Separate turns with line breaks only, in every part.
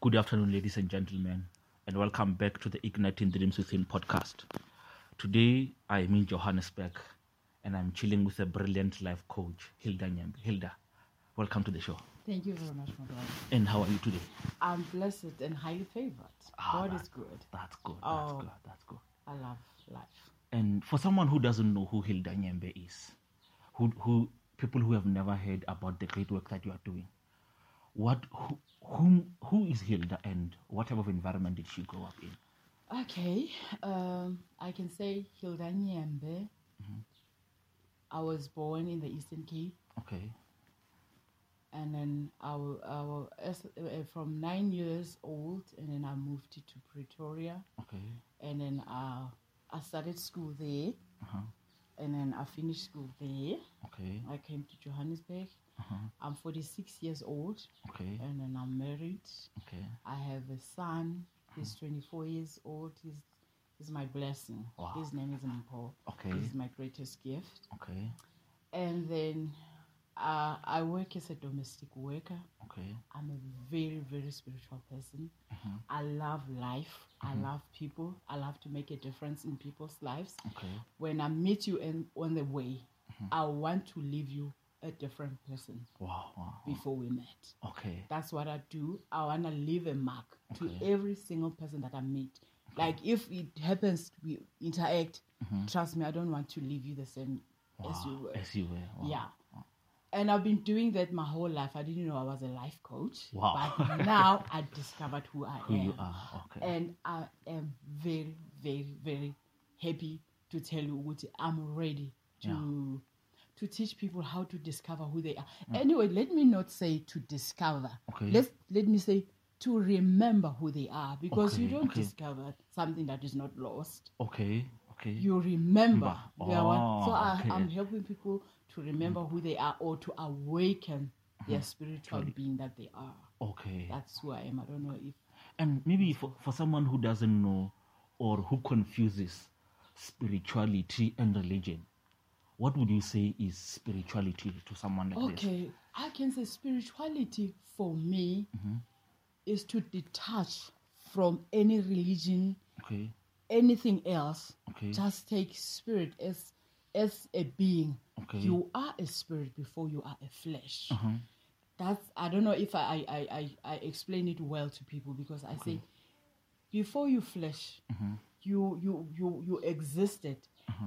Good afternoon, ladies and gentlemen, and welcome back to the Igniting Dreams Within podcast. Today, I am in Johannesburg and I'm chilling with a brilliant life coach, Hilda Nyambi. Hilda, welcome to the show.
Thank you very much, my brother.
And how are you today?
I'm blessed and highly favored.
Ah,
God
that-
is good.
That's good. That's
Oh.
good. That's good.
I love life.
And for someone who doesn't know who Hilda Nyembe is, who, who people who have never heard about the great work that you are doing, what who, whom who is Hilda and what type of environment did she grow up in?
Okay, um, I can say Hilda Nyembe. I was born in the Eastern Cape,
Okay.
and then I, w- I w- as- uh, from nine years old, and then I moved to to Pretoria,
Okay.
and then uh, I started school there,
Uh-huh.
and then I finished school there.
Okay.
I came to Johannesburg.
Uh-huh.
I'm 46 years old,
Okay.
and then I'm married.
Okay.
I have a son.
Mm.
He's 24 years old. He's, he's my blessing.
Wow.
His name is Mpo.
Okay.
He's my greatest gift.
Okay.
And then uh, I work as a domestic worker.
Okay.
I'm a very, very spiritual person.
Mhm.
I love life.
Mm-hmm.
I love people. I love to make a difference in people's lives.
Okay.
When I meet you and on the way,
Mm-hmm.
I want to leave you a different person
Wow. wow, wow.
before we met.
Okay.
That's what I do. I want to leave a mark
Okay.
to every single person that I meet. Like if it happens we interact, trust me, I don't want to leave you the same
Mm-hmm. Wow.
as you were.
As you were. Wow.
Yeah. And I've been doing that my whole life. I didn't know I was a life coach.
Wow.
But now I discovered who I
Who
am.
you are. Okay.
And I am very, very, very happy to tell you Uti, I'm ready to to teach people how to discover who they are. Anyway, let me not say to discover.
Okay.
Let let me say to remember who they are because you
Okay,
don't
okay.
discover something that is not lost.
okay. Okay.
You remember.
Remember.
their one-
Mm.
so
Oh,
I,
okay. Mm.
I'm helping people to remember who they are or to awaken
Mm-hmm.
their spiritual being that they are.
okay.
That's who I am. I don't know if
And maybe for, for someone who doesn't know or who confuses spirituality and religion, what would you say is spirituality to someone like this?
Okay, I can say spirituality for me
Mm-hmm.
is to detach from any religion,
Okay.
anything else.
Okay.
Just take spirit as as a being.
Okay. Uh-huh.
You are a spirit before you are a flesh. That's I don't know if I I, I, I I explain it well to people because I say before you flesh,
Uh-huh.
you you you you existed,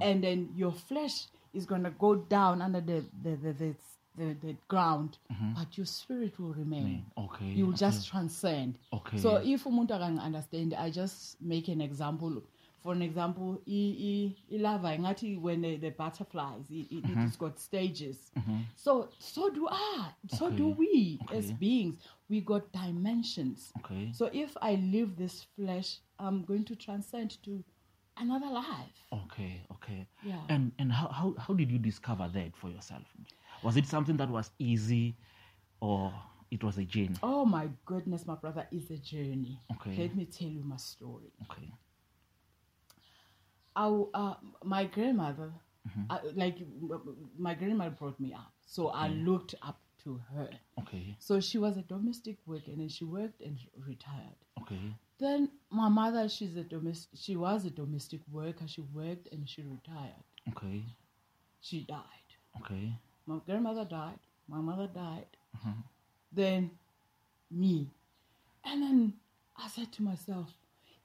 and then your flesh is gonna go down under the the the, the, the, the ground,
Uh-huh.
but your spirit will remain.
Okay.
You will just transcend.
Okay.
So if umuntu can understand, I just make an example. For an example, i- i- ilava ngathi when the, the butterflies, it, it,
Mm-hmm.
has got stages. So so do I. So do
Okay.
we as
Okay. Mm-hmm.
beings. We got dimensions.
Okay.
So if I leave this flesh, I'm going to transcend to another life.
Okay, okay.
Yeah.
And and how, how how did you discover that for yourself? Was it something that was easy, or it was a gene?
Oh my goodness, my brother, it's a journey.
Okay.
Let me tell you my story.
Okay,
I, w- uh, my grandmother, I, like m- my grandmother brought me up, so I looked up to her.
okay,
So she was a domestic worker, and then she worked and retired.
okay,
Then my mother, she's a domestic. She was a domestic worker. She worked and she retired.
okay,
She died.
okay,
My grandmother died. My mother died. Then me, and then I said to myself,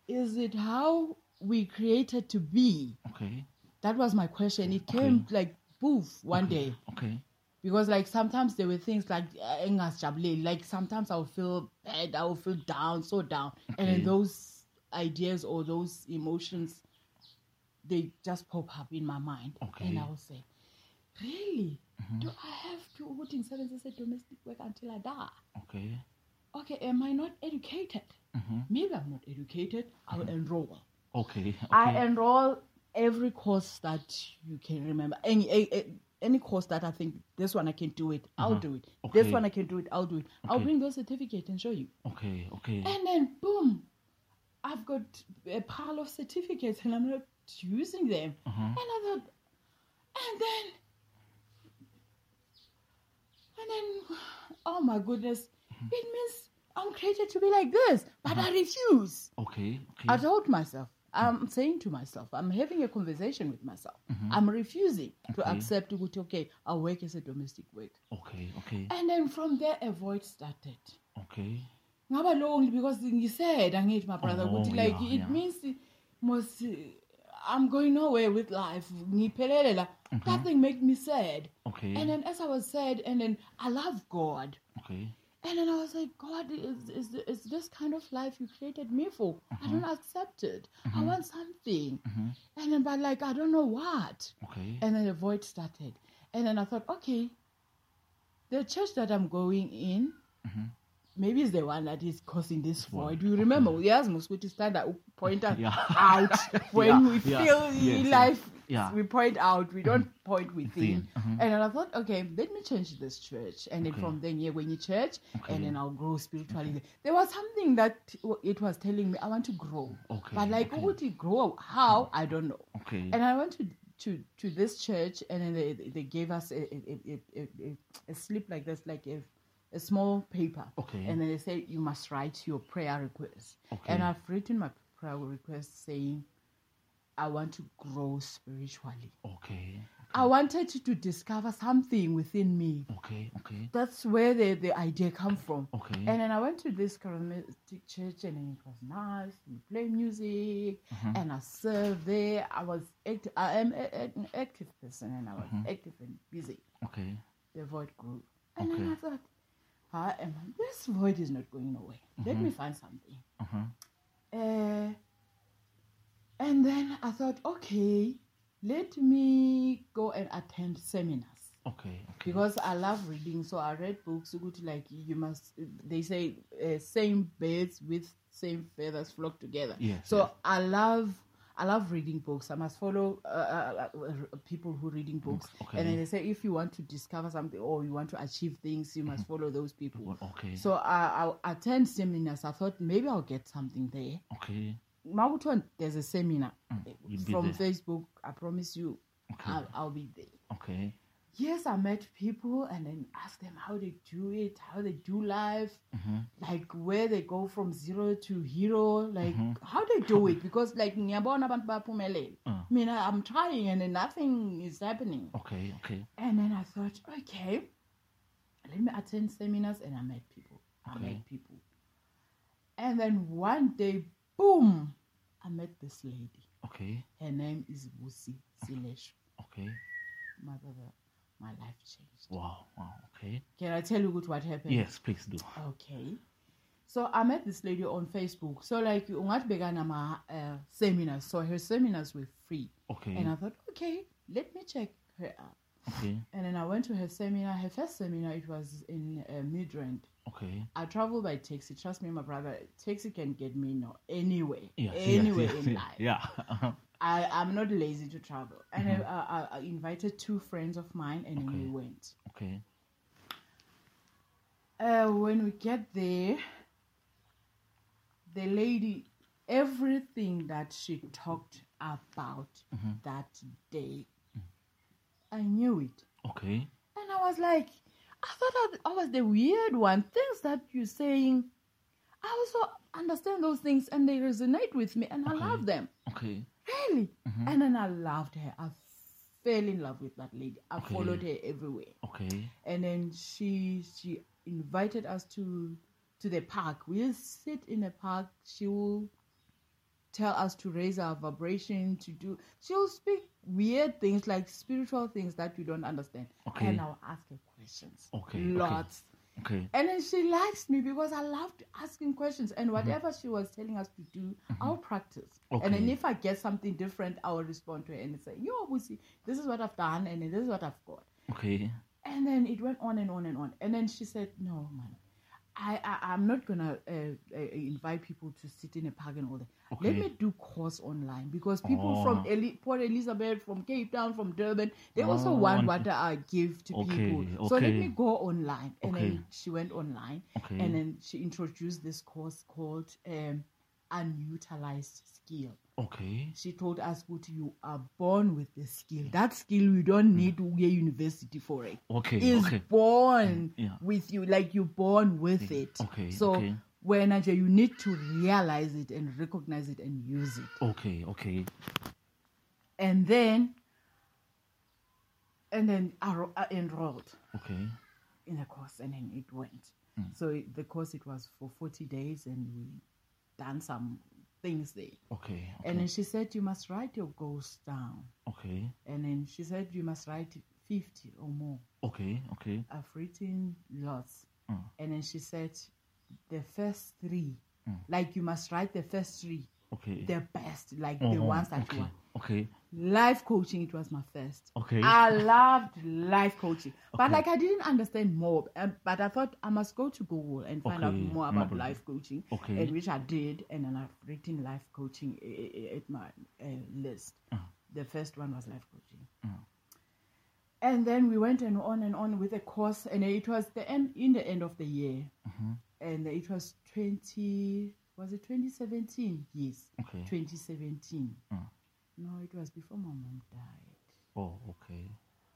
"Is it how we created to be?"
okay,
That was my question. It came like poof one day
okay,
because like sometimes there were things like uh, engajabuleli. like sometimes I'll feel bad, I'll feel down, so down, and
Okay.
then those ideas or those emotions, they just pop up in my mind,
Okay. Mm-hmm.
and I'll say, really, do I have to work in service as a domestic work until I die?
okay,
Okay, am I not educated?
Mhm.
Maybe I'm not educated. I'll
Mm-hmm.
enroll.
okay, okay,
I enroll every course that you can remember. Any a- a- any course that I think this one I can do it, I'll do it. This
Mm-hmm. Okay.
one I can do it, I'll do it. I'll
Okay. Mm.
bring those certificates and show you.
okay, okay,
And then boom, I've got a pile of certificates and I'm not using them.
mm-hmm. Mm.
And I thought, and then,
Mm-hmm.
and then, oh my goodness, it means I'm created to be like this, but I refuse.
Okay. Okay.
I told myself, I'm saying to myself, I'm having a conversation with myself.
mm-hmm.
I'm refusing
Mm.
to
Okay.
accept it. Okay, I'll work as a domestic worker.
okay. Okay.
And then from there, a void started.
Okay.
Ngaba lonely because you said, I need my brother.
Oh,
ukuthi like,
yeah,
it
yeah.
means most, I'm going nowhere with life. Ngiphelele la.
Mm-hmm.
That thing made me sad.
Okay.
And then as I was sad, and then I love God.
okay.
And then I was like, God, is, is, is this kind of life you created me for? I don't accept it. I want something. And then, but like, I don't know what.
Okay.
And then the void started. And then I thought, okay, the church that I'm going in, maybe it's the one that is causing this void. You remember, we asked Mosquito stand that point us
Yeah.
out when
Yeah,
we
yeah,
feel
yes,
in
yes.
life.
Yeah. Mm-hmm.
We point out, we don't point within.
Within, mhm.
And then I thought, okay, let me change this church. And then
Okay.
from then, yeah, when you church,
Okay.
and then I'll grow spiritually. There was something that it was telling me I want to grow.
Okay,
But like,
okay. Mm-hmm. Mm.
would it grow? How? I don't know
okay.
and I went to to to this church, and then they they gave us a a, a, a, a, a slip like this, like a a small paper.
Okay.
And then they said you must write your prayer request.
Okay.
And I've written my prayer request saying, I want to grow spiritually.
okay.
I wanted to, to discover something within me.
Okay. Okay.
That's where the, the idea come from.
Okay.
And then I went to this charismatic church, and then it was nice. We play music,
Mm-hmm.
and I served there. I was act- I am a- a- an active person, and I was
Mm-hmm.
active and busy.
Okay.
The void grew, and then
Okay.
I thought, I am this void is not going away. Let me find something.
Uh-huh.
Uh, and then I thought, okay, let me go and attend seminars
Okay. Okay.
because I love reading. So I read books good like you must. They say uh, same birds with same feathers flock together.
Yes,
so
yes.
I love. I love reading books. I must follow uh, uh, uh, uh, people who reading books,
Books, okay.
and then they say if you want to discover something or you want to achieve things, you must follow those people.
Mm-hmm. Well, okay.
So I, I attend seminars. I thought maybe I'll get something there.
okay.
Mabuton, there's a seminar
you'll be
from
there.
Facebook. I promise you, I'll, I'll be there
Okay.
yes, I met people and then asked them how they do it, how they do life,
Mm-hmm.
like where they go from zero to hero, like how they do it. Because like ngiyabona abantu baphumelela.
Mm.
Mina I'm trying and then nothing is happening.
Okay. Okay.
And then I thought, okay, let me attend seminars and I met people. I
Okay.
met people. And then one day, boom, I met this lady.
Okay.
Her name is Busi Silesh.
Okay.
Mother, my life changed.
Wow. Wow. Okay.
Can I tell you good what happened?
Yes, please do.
Okay. So I met this lady on Facebook. So like ungat began my uh, seminars. So her seminars were free.
Okay.
And I thought, okay, let me check her out.
okay.
And then I went to her seminar. Her first seminar it was in uh, Midrand.
Okay.
I travel by taxi. Trust me, my brother, taxi can get me now anywhere,
Yes.
anywhere
yes, yes,
in
yes.
life.
Yeah. Uh-huh.
I I'm not lazy to travel. And I- I, I, I invited two friends of mine, and then we
Mm-hmm. Okay.
went.
okay.
Uh, when we get there, the lady, everything that she talked about that day, I knew it.
Okay.
And I was like, I thought I, I was the weird one. Things that you're saying, I also understand those things and they resonate with me and I love them.
Okay.
Really? And then I loved her. I fell in love with that lady. I
Okay.
followed her everywhere
Okay.
and then she she invited us to to the park. We'll sit in the park. She will tell us to raise our vibration. To do, she'll speak weird things like spiritual things that you don't understand.
Okay.
And I'll ask her questions.
Okay, okay.
lots.
Okay.
And then she likes me because I loved asking questions. And whatever she was telling us to do, I'll practice. And then
Mm-hmm. Okay.
if I get something different, I will respond to her and say, "Yo, Busi, this is what I've done, and this is what I've got."
Okay.
and then it went on and on and on and then she said no man i, I i'm not gonna uh, uh, invite people to sit in a park and all that let
Okay.
me do course online because people from
Oh.
Eli- port elizabeth from cape town from durban they also
Oh,
want
and-
what i give to
Okay,
people so let
okay.
me go online and
Okay. Mm.
then she went online
Okay.
and then she introduced this course called um unutilized skill.
Okay.
She told us, Kuti, you are born with the skill. That skill, you don't
Mm.
need to wear university for it.
Okay.
Is
okay. Mm,
born
Yeah.
with you, like you're born with
Yeah.
it.
Okay,
So,
okay.
when Nigeria, you need to realize it and recognize it and use it.
Okay. Okay.
And then, and then I ro- I enrolled
Okay.
in a course, and then it went.
Mm.
So it- the course it was for forty days, and we done some things there.
Okay.
And
Okay.
then she said, "You must write your goals down."
Okay.
And then she said, "You must write fifty or more."
Okay. Okay.
I've written lots.
Mm.
And then she said, "The first three,
Mm.
like you must write the first three,
Okay.
the best, like the
Uh-huh,
ones that
okay.
you want."
Okay.
Life coaching, it was my first.
Okay.
I loved life coaching, but
Okay.
like I didn't understand more. Um, but I thought I must go to Google and find out
Okay,
more about
Marble.
life coaching,
Okay.
and which I did. And then I've written life coaching i- i- at my uh, list. The first one was life coaching, and then we went and on and on with the course. And it was the end in the end of the year, and it was twenty. Was it 2017? Yes,
Okay.
2017.
Mm.
No, it was before my mom died.
Oh. Okay.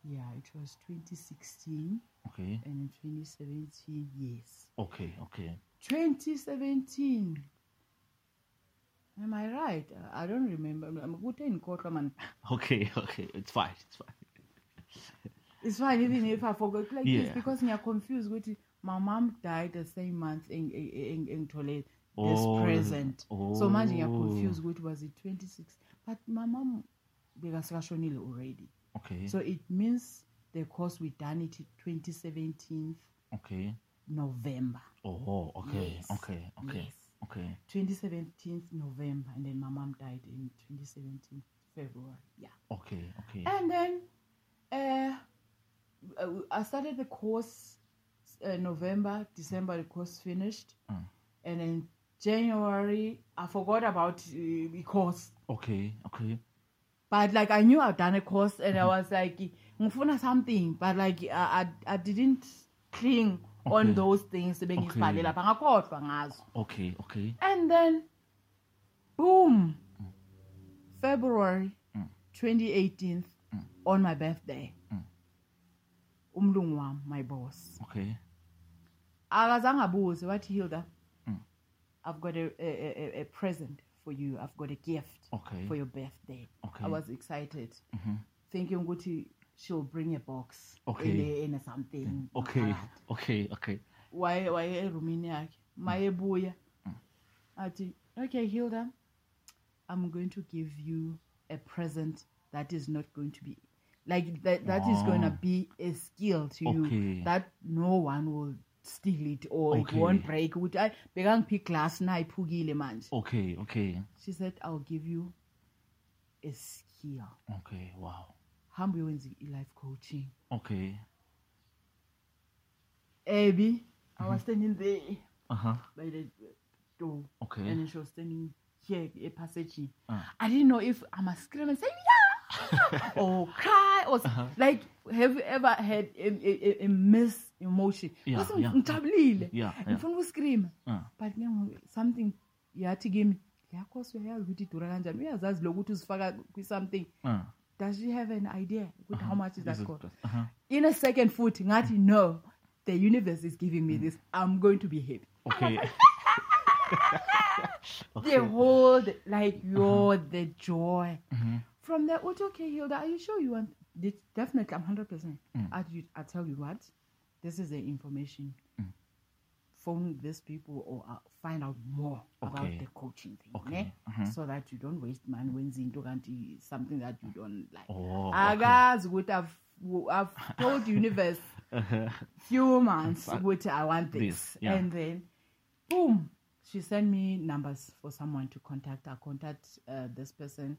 Yeah, it was 2016
Okay.
and in 2017. Yes,
Okay. Okay.
2017. Am I right? Uh, I don't remember. I'm good in Kotlaman.
Okay. Okay. It's fine. It's fine.
It's fine, even if I forgot. Like this
Yeah.
because you're confused. With it. my mom died the same month in in in, in Toilet, this
Oh,
present. So imagine you're
oh.
confused. What was it? 26. But my mom because already.
Okay.
So it means the course we done it 2017
okay.
November.
Oh. Okay.
Yes,
Okay. Okay.
yes.
Okay.
2017 November, and then my mom died in 2017 February. Yeah.
Okay. Okay.
And then uh, uh, I started the course uh, November, December, the course finished.
Mm.
And then January, I forgot about uh, the course.
Okay. Okay.
But like I knew I've done a course, and I
Mm-hmm.
was like, "Mufuna something," but like I I, I didn't cling
Okay.
on those things.
Okay.
Bengizibhalela bangakhohlwa ngazo.
Okay. Okay.
And then, boom, February
Mm.
2018, on my birthday, umlungu wam, my boss,
Okay.
akazange abuze wathi hilda
Mm.
i've got a, a, a, a present for you i've got a gift
Okay.
for your birthday
Okay. Mm-hmm.
i was excited thinking ukuthi she'll bring a box
Okay.
ene- ene something
Okay.
ngaphakathi.
Okay. Okay.
waye waye erumini yakhe
Mm.
mayebuya athi okay hilda i'm going to give you a present that is not going to be like that That is going to
Wow.
be a skill to you
Ah. Okay.
that no one will steal it or it
Okay.
won't break ukuthi hayi bekangiphi glass nayiphukile manje
Okay. Okay.
she said i'll give you a skill
Okay. Wow.
hambe uyowenza i-life coaching
Okay.
ebi i
Mm-hmm.
was standing there
Uh huh.
by the door
Okay.
and then she was standing here a passage
Ah.
i didn't know if i must scream and say yeah or cry or s-
Uh-huh.
like have you ever had a, a, a, a miss emotion
Yeah,
Because
yeah.
ngijabulile
Yeah, yeah.
ngifuna ukuscreama
Ah.
but ke ngoku something yathi kimi yakhosi uyayazi ukuthi idura kanjani uyazazi lokuthi uzifaka kwi-something
Uh.
does she have an idea ukuthi how much is that cost
Uh-huh.
in a second foot ngathi no the universe is giving
Mm.
me this i'm going to be happy
Okay.
the whole d- like you're the joy
uh-huh,
from there it's okay hilda are you sure you want this definitely i'm 100 percent
Mm.
i i tell you what this is the information
Mm.
phone these people or uh, find out more about
Okay.
the coaching thing
Okay. uh-huh. Mm-hmm.
ne? so that you don't waste man when into kanti something that you don't like
Oh,
akazi ukuthi i've w- i've told the universe
Uh-huh.
few months which I want this.
This, yeah.
And then, boom, she sent me numbers for someone to contact. I contact uh, this person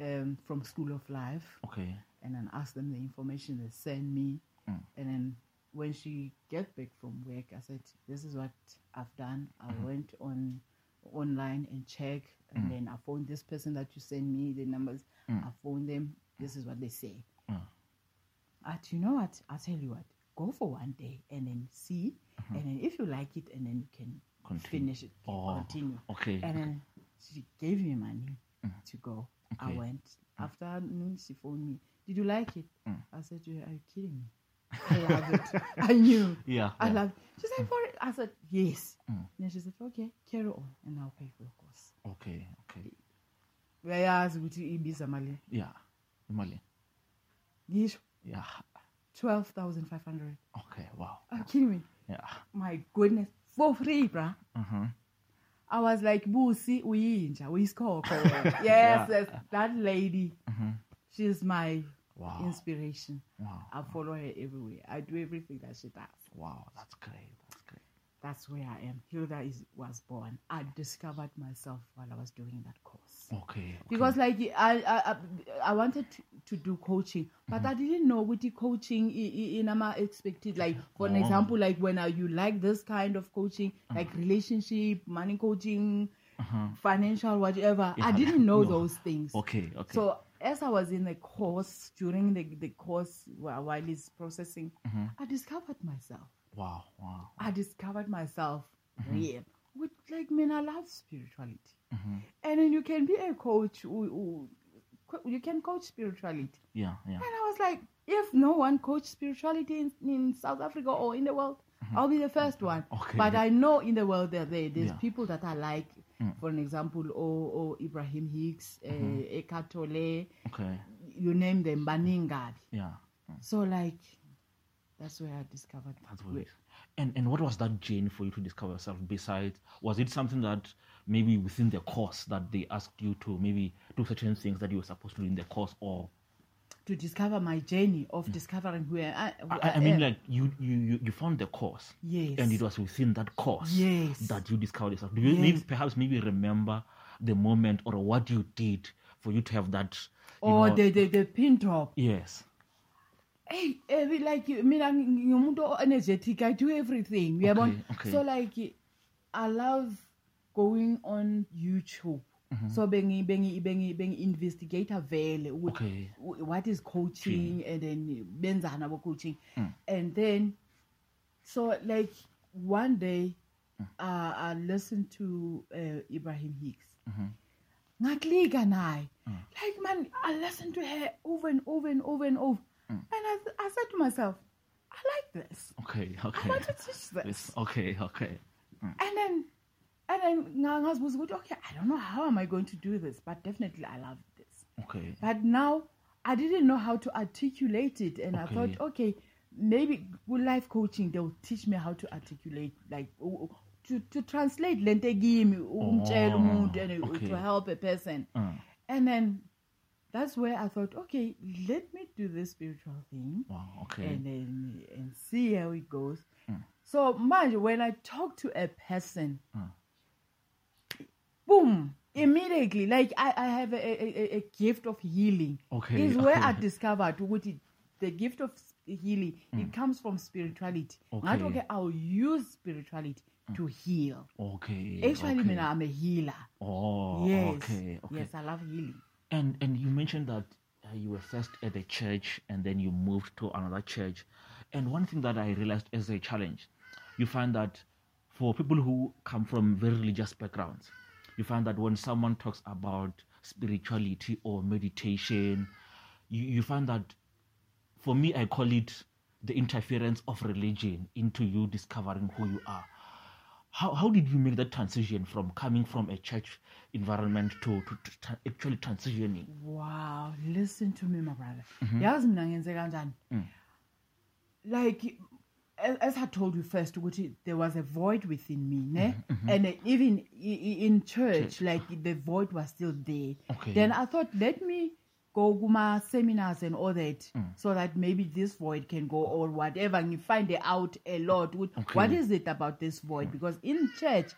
um, from School of Life
Okay.
and then ask them the information they send me.
Mm.
And then when she get back from work, I said, this is what I've done. I
Mm-hmm.
went on online and check. And
Mm.
then I phoned this person that you sent me the numbers. I phoned them. This is what they say.
Mm.
But you know what? I'll tell you what. Go for one day and then see. And then if you like it, and then you can
Mm-hmm. Continue.
finish it,
Oh,
continue.
okay,
And then She gave me money to go. I
Mm. Okay.
went. After noon, she phoned me. Did you like it?
Mm.
I said to her, Are you kidding me? I love it. I knew.
Yeah.
I
yeah.
love it. She said, For it. I said, Yes.
Mm.
Then she said, Okay, carry on and I'll pay for your course.
okay. Okay.
Whereas with Ibiza Mali,
Yeah. Mali.
this
Yeah.
12,500.
Okay. Wow.
Are you kidding me?
Yeah.
My goodness. For free, bruh.
Uh-huh.
I was like, Busi, uyinja, uyisikhokhwe wena."
Yeah.
Yes, yes. That lady,
Mhm.
she's my
Wow.
inspiration.
wow.
I follow her everywhere. I do everything that she does.
Wow. That's great. That's great.
That's where I am. Hilda is, was born. I discovered myself while I was doing that course.
Okay. okay.
Because like I I, I, I wanted to, to do coaching, but
Mm-hmm.
I didn't know what the coaching in am expected. Like for an
Oh.
example, like when are you like this kind of coaching, like relationship, money coaching,
Uh-huh.
financial, whatever. I
Yeah,
didn't know
no.
those things.
Okay. Okay.
So as I was in the course during the, the course whi- while it's processing,
Mhm.
I discovered myself.
wow. Wow.
I discovered myself
Mm-hmm.
real. With like man, I love spirituality,
Mhm.
and then you can be a coach. Who, who, co- you can coach spirituality,
Yeah. Yeah.
and I was like, if no one coach spirituality in, in South Africa or in the world, I'll be the first one.
Mm-hmm. Okay.
But I know in the world that there there's
Yeah. Mm.
people that I like. For an example, or, or Ibrahim Hicks, uh,
Mm-hmm.
Eckhart Tolle,
Okay.
you name them, Baningabi.
Yeah.
So like, that's where I discovered.
Mm. That's what it is. And and what was that journey for you to discover yourself? Besides, was it something that maybe within the course that they asked you to maybe do certain things that you were supposed to do in the course, or
to discover my journey of discovering who I, who
Mm. I, I mean,
am.
like you you you, you found the course,
yes,
and it was within that course
Yes.
that you discovered yourself. Do you
Yes.
maybe perhaps maybe remember the moment or what you did for you to have that? you
or
know-
Oh, the, the the pin drop.
yes.
Hey, every, like you I mean I'm umuntu o- energetic. I do everything. You
Okay,
okay,
okay.
So like, I love going on YouTube.
Mm-hmm.
So bengi bengi bengi bengi investigator vele wh-
Okay.
wh- what is coaching and then eh, benzana bo coaching and then so like one day uh, I listened to uh, Ibrahim Hicks ngaklika naye like man i listened to her over and over and over and over and I, th- I said to myself i like this
Okay.
i
Okay.
want to teach this
Yes. Okay. Okay.
and then and then nga- ngazibuza ukuthi okay i don't know how am i going to do this but definitely i love this
Okay.
but now i didn't know how to articulate it and i thought okay maybe with life coaching they'll teach me how to articulate like u- u- to, to translate lente kimi umtshela
Oh,
umuntu and uh,
okay.
to help a person
Uh,
and then that's where I thought, okay, let me do this spiritual thing
wow. Okay.
and then and see how it goes. So mind you, when I talk to a person,
Mm.
boom, immediately, like I, I have a, a, a- a gift of healing.
Okay,
Is where I
okay.
discovered what it, the gift of s- healing, it comes from spirituality. Not
Mm. Okay.
okay, I'll use spirituality to heal.
okay.
Actually,
okay.
mina, I'm a healer.
Oh,
yes.
okay, okay.
Yes, I love healing.
And and you mentioned that uh, you were first at a church and then you moved to another church. And one thing that I realized is a challenge, you find that for people who come from very religious backgrounds, you find that when someone talks about spirituality or meditation, you, you find that for me I call it the interference of religion into you discovering who you are how, how did you make that transition from coming from a church environment to, to, to tra- actually transitioning?
Wow, listen to me, my brother.
Mm-hmm.
Yazi mina ngenze kanjani?
Mm.
Like a- as I told you first, ukuthi there was a void within me, ne?
Mm-hmm,
And uh, even i- i- in church, like the void was still there.
Okay.
Then I thought, let me go kuma seminars and all that,
Mm.
so that maybe this void can go or whatever, and you find out a lot. With, What
Okay. Mm.
is it about this void? Because in church,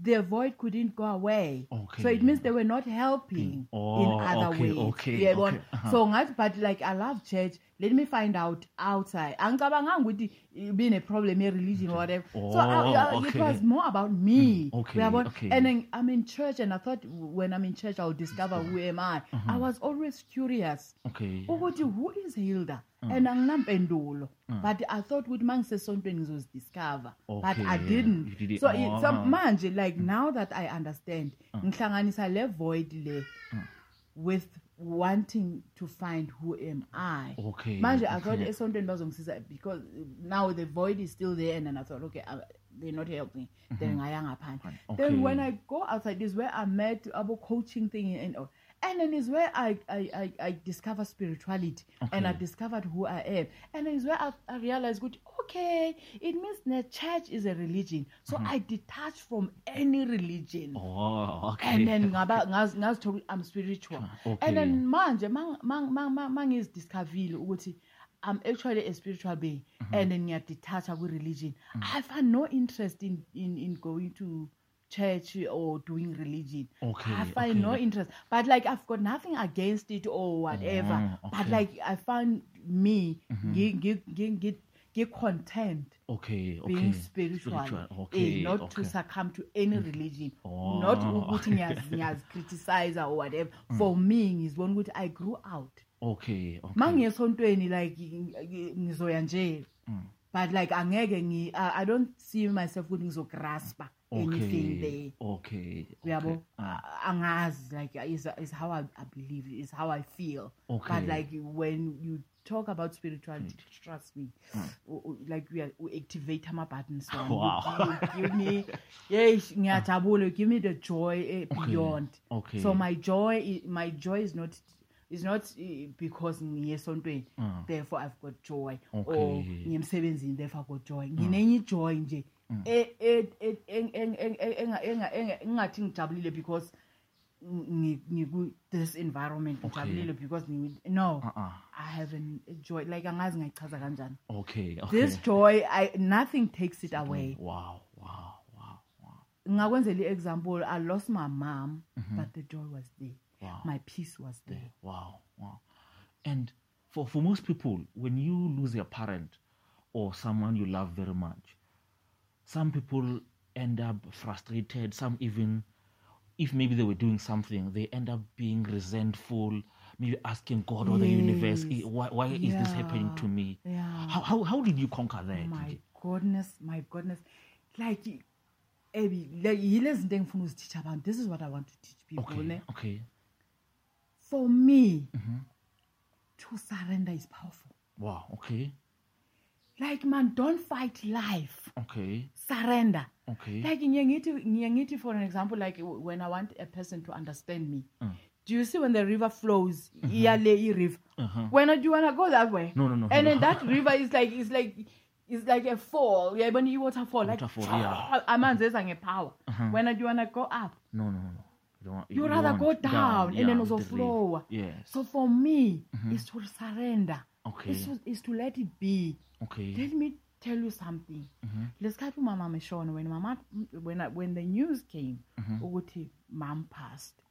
the void couldn't go away. So
Okay.
it means they were not helping
Oh,
in other
okay,
ways.
okay,
Yebo.
okay, uh-huh.
So ngathi but like I love church. Let me find out outside. Angicabanga ukuthi being a problem in religion or whatever. so I, I,
Oh,
it
okay.
was more about me.
Mm, okay,
Uyabona?
okay. Uh-huh.
And then I'm in church and I thought when I'm in church I'll discover who am I. I was always curious curious
okay
ukuthi who is hilda
Mm.
and anginampendulo but i thought ukuthi uma ngisesontweni ngizozidiscover but i
Okay,
didn't
you did it.
so it- so
Ah. Mm.
manje like now that i understand ngihlanganisa le void le with wanting to find who am i
Okay,
manje i thought
okay.
esontweni bazongisiza because now the void is still there and then i thought okay uh, they're not helping
Mm-hmm.
then ngaya ngaphandle then when
Okay.
i go outside is where i met abo coaching thing and all and then is where I, I, I, I discover spirituality and I
Okay.
discovered who I am. And is where I, I realized, good, okay, it means the church is a religion. So
Mm-hmm.
I detach from any religion.
oh okay
and then ngaba ngaz- ngazithola ukuthi i'm spiritual
Okay.
and then manje mang- mang- mang- mang- mangizidiscovile ukuthi i'm actually a spiritual being
Mm-hmm.
and then ngiyadetacha kwi-religion
Mm.
i find no interest in, in, in going to church or doing religion i
Okay,
find
okay.
no interest but like i've got nothing against it or whatever
Oh,
but
okay. Mm-hmm.
like i find me ngi- ngi- ngi- ngi- ngi-content
okay okay
being spiritual,
okay
eh, not
okay.
to succumb to any religion
Oh, Mm.
not ukuthi
okay.
ngiyazi- ngiyazicriticize or whatever for me ngizibona ukuthi i grew out
okay okay
ma ngiyesontweni
Mm.
like ngi- ngizoya nje but like angeke ngi- i I don't see myself ukuthi ngizograspa anything there
okay okay
uyabo
okay. Ah,
A- angazi like uh, is, is how I, I believe is how i feel
Okay. Hmm.
but like when you talk about spirituality trust me u- u- like we, are, we activate ama-buttons wami. You
Wow.
give- give me yes ngiyajabula you give me the joy eh,
Okay.
beyond
Okay.
so my joy i- my joy is not is not eh, because ngiyesontweni
Ah,
therefore i've got joy or
Okay. Mm.
ngiyemsebenzini therefore i've got joy nginenye ijoy nje e- e- e- eng- eng- eng- eng- enga- enga- enga- engathi ngijabulile because ngi- ngiku this environment
Okay.
ngijabulile because ngi- no
Uh-uh.
i have an a joy like angazi ngayichaza kanjani
okay okay
this joy I, nothing takes it away
wow wow wow wow
ngakwenzela i-example i lost my mom but the joy was there
Mm-hmm. Wow.
my peace was there
Wow, wow. And for, for most people, when you lose a parent or someone you love very much, some people end up frustrated. Some even, if maybe they were doing something, they end up being resentful, maybe asking God or the universe, "Eh,
Yes.
why, why is this happening to
Yeah,
me?
yeah.
How, how, how did you conquer that?
Oh my goodness my goodness like ebi like yile zinto engifuna uzititsha abantu this is what i want to teach people
Okay,
ne
okay. mm-hmm.
for me to surrender is powerful
Wow, okay,
like man don't fight life
okay,
surrender
okay.
like ngiye ngithi ngiye ngithi for an example like w- when i want a person to understand me
Mm.
do you see when the river flows
Mm-hmm.
iyale i-river
Mm.
wena do you wanna go that way
Uh-huh. No, no, no,
and then
no.
that river is like is like is like a fall uyayibona i-waterfall like
Waterfall, yeah. Mm.
amanzi eza ngepower
Uh-huh.
wena do you wanna go up
no, no, no. You don't want-
you,
don't
rather go
want-
down, and then
with
also
the leaf.
flow
Yes.
so for me is to surrender
Mm-hmm. Okay.
is to, is to let it be
okay. Mm-hmm.
let me tell you something lesikhathi umama meshona when mama when, I- when the news came
Mm-hmm.
ukuthi mom passed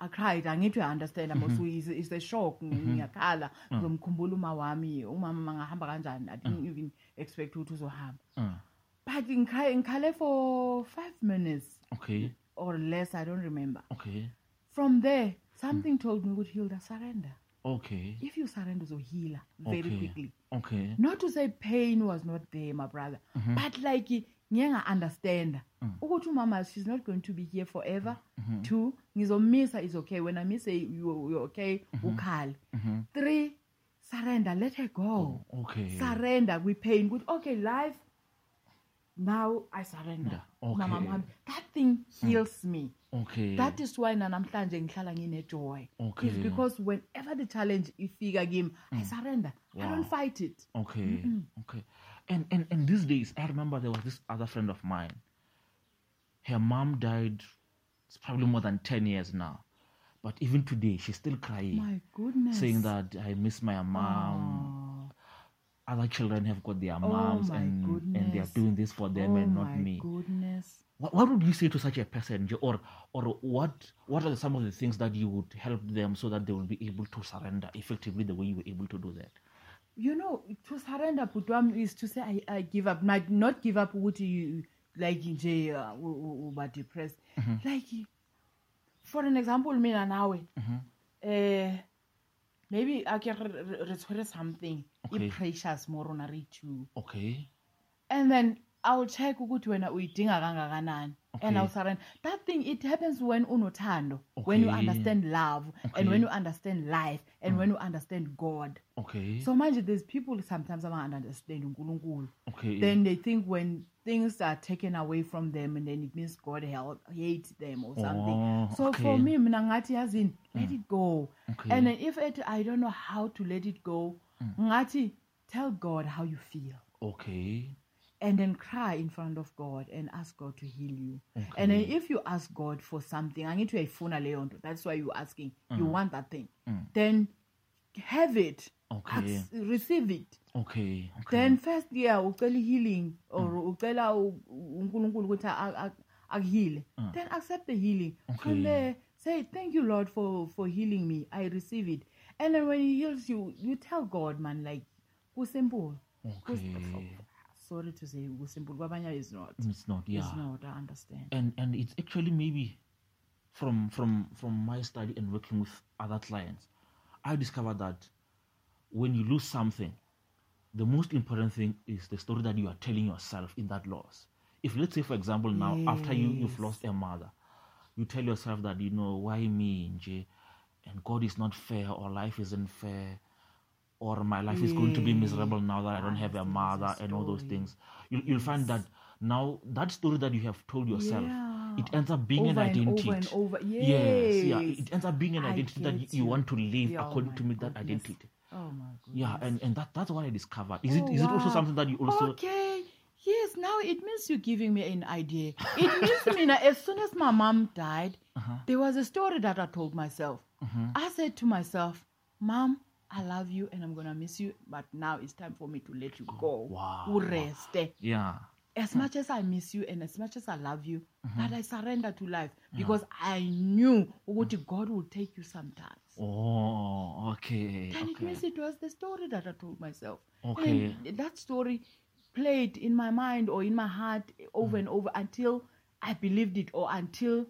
i cried angithi uya-understanda mos
Mm-hmm.
is is a shock ngiyakhala
Oh.
ngizomkhumbula uma wami umama mangahamba kanjani i
Mm.
didn't even expect ukuthi uzohamba
Uh,
but ngikha- ngikhale for five minutes
okay.
or less i don't remember
Okay.
from there
Mm.
something told me ukuthi hilda surrender
Okay.
if you surrender uzoheala very
okay.
quickly
Okay. Mm-hmm.
not to say pain was not there my brother
Mm.
but like ngiye nga-understanda ukuthi umama she's not going to be here forever
Mm-hmm.
two ngizomisa is okay when i miss her, you- you're okay
Mm-hmm.
ukhale three surrender let her go
Oh, Okay.
surrender kwi-pain ukuthi okay life now i surrender
Okay. Mm.
Mama, I'm happy. that thing heals me
Okay.
that is why nanamhlanje ngihlala nginejoy
Okay.
is because whenever the challenge ifika kimi i
Mm.
surrender i don't fight it
Okay. Okay. And, and and these days, I remember there was this other friend of mine. Her mom died. It's probably more than ten years now, but even today, she's still crying,
My goodness.
saying that um, I miss my mom.
Oh,
Other children have got their moms,
my
and and they are
goodness. Oh
doing this for them and not
my
me.
goodness.
what, what would you say to such a person Jo- or or what what are some of the things that you would help them so that they will be able to surrender effectively the way you were able to do that
You know, to surrender Putwam is to say I, I give up. Not not give up what you like nje uh, u- u- uba depressed.
Mm-hmm. Mm-hmm.
Like for an example, mina nawe. Eh maybe a ke re- re re tshwere something
Okay.
e precious mo rona re two
Okay.
and then i'll check ukuthi wena uyidinga kangakanani and i'll
Okay.
surrender that thing it happens when unothando when you
Okay.
understand love and
Okay. Mm.
when you understand life and when you understand god
Okay.
so manje there's people sometimes abangaunderstandi unkulunkulu
okay.
then they think when things are taken away from them and then it means god help hates them or something
Oh,
so for
okay. Mm.
me mina ngathi yazini let it go
Okay.
and then if it, i don't know how to let it go
Mm.
ngathi tell god how you feel
okay.
and then cry in front of god and ask god to heal you and
Mm.
then if you ask god for something angithi uyayifuna leyo nto that's why you're asking you want that thing then have it
Okay.
Ask- receive it
Okay. Okay.
then first year ucela i-healing or ucela u- u- unkulunkulu ukuthi a- a- akuhile then accept the healing
Okay.
from there say thank you lord for, for healing me i receive it and then when he heals you you tell god man like kusimple Kus-
Okay.
sorry to say kusimple kwabanye is not
It's not. Yeah.
it's not i understand
and and it's actually maybe from from from my study and working with other clients i discovered that when you lose something the most important thing is the story that you are telling yourself in that loss if let's say for example now after you you've
Yes.
lost a mother you tell yourself that you know why me Nje? and god is not fair or life isn't fair or my life is going to be
Yeah.
miserable now that i don't
Ah,
have
so
a
there's a
mother and all those
story.
things you, you'll find that now that story that you have told yourself it ends up being an
Over and
identity
over and over.
yes yeah
Yes.
it ends up being an
I
identity that you,
get
you
you.
want to live
Yeah, oh
according
my
to meet that
goodness.
identity
oh my god
yeah and and that that's what i discovered is it is it also
Oh, wow.
something that you also
okay yes now it means you're giving me an idea it means mina as soon as my mom died
uh-huh,
there was a story that i told myself i said to myself mom i love you and i'm gonna miss you but now it's time for me to let you go
Oh, Wow. Hmm.
Ureste.
yeah
as much as i miss you and as much as i love you
Mm-hmm.
but
Mm.
i surrender to life because i knew ukuthi
Mm.
god will take you sometimes
oh okay
and it
okay
means it was the story that I told myself.
Okay.
And that story played in my mind or in my heart
Mm.
over and over until I believed it or until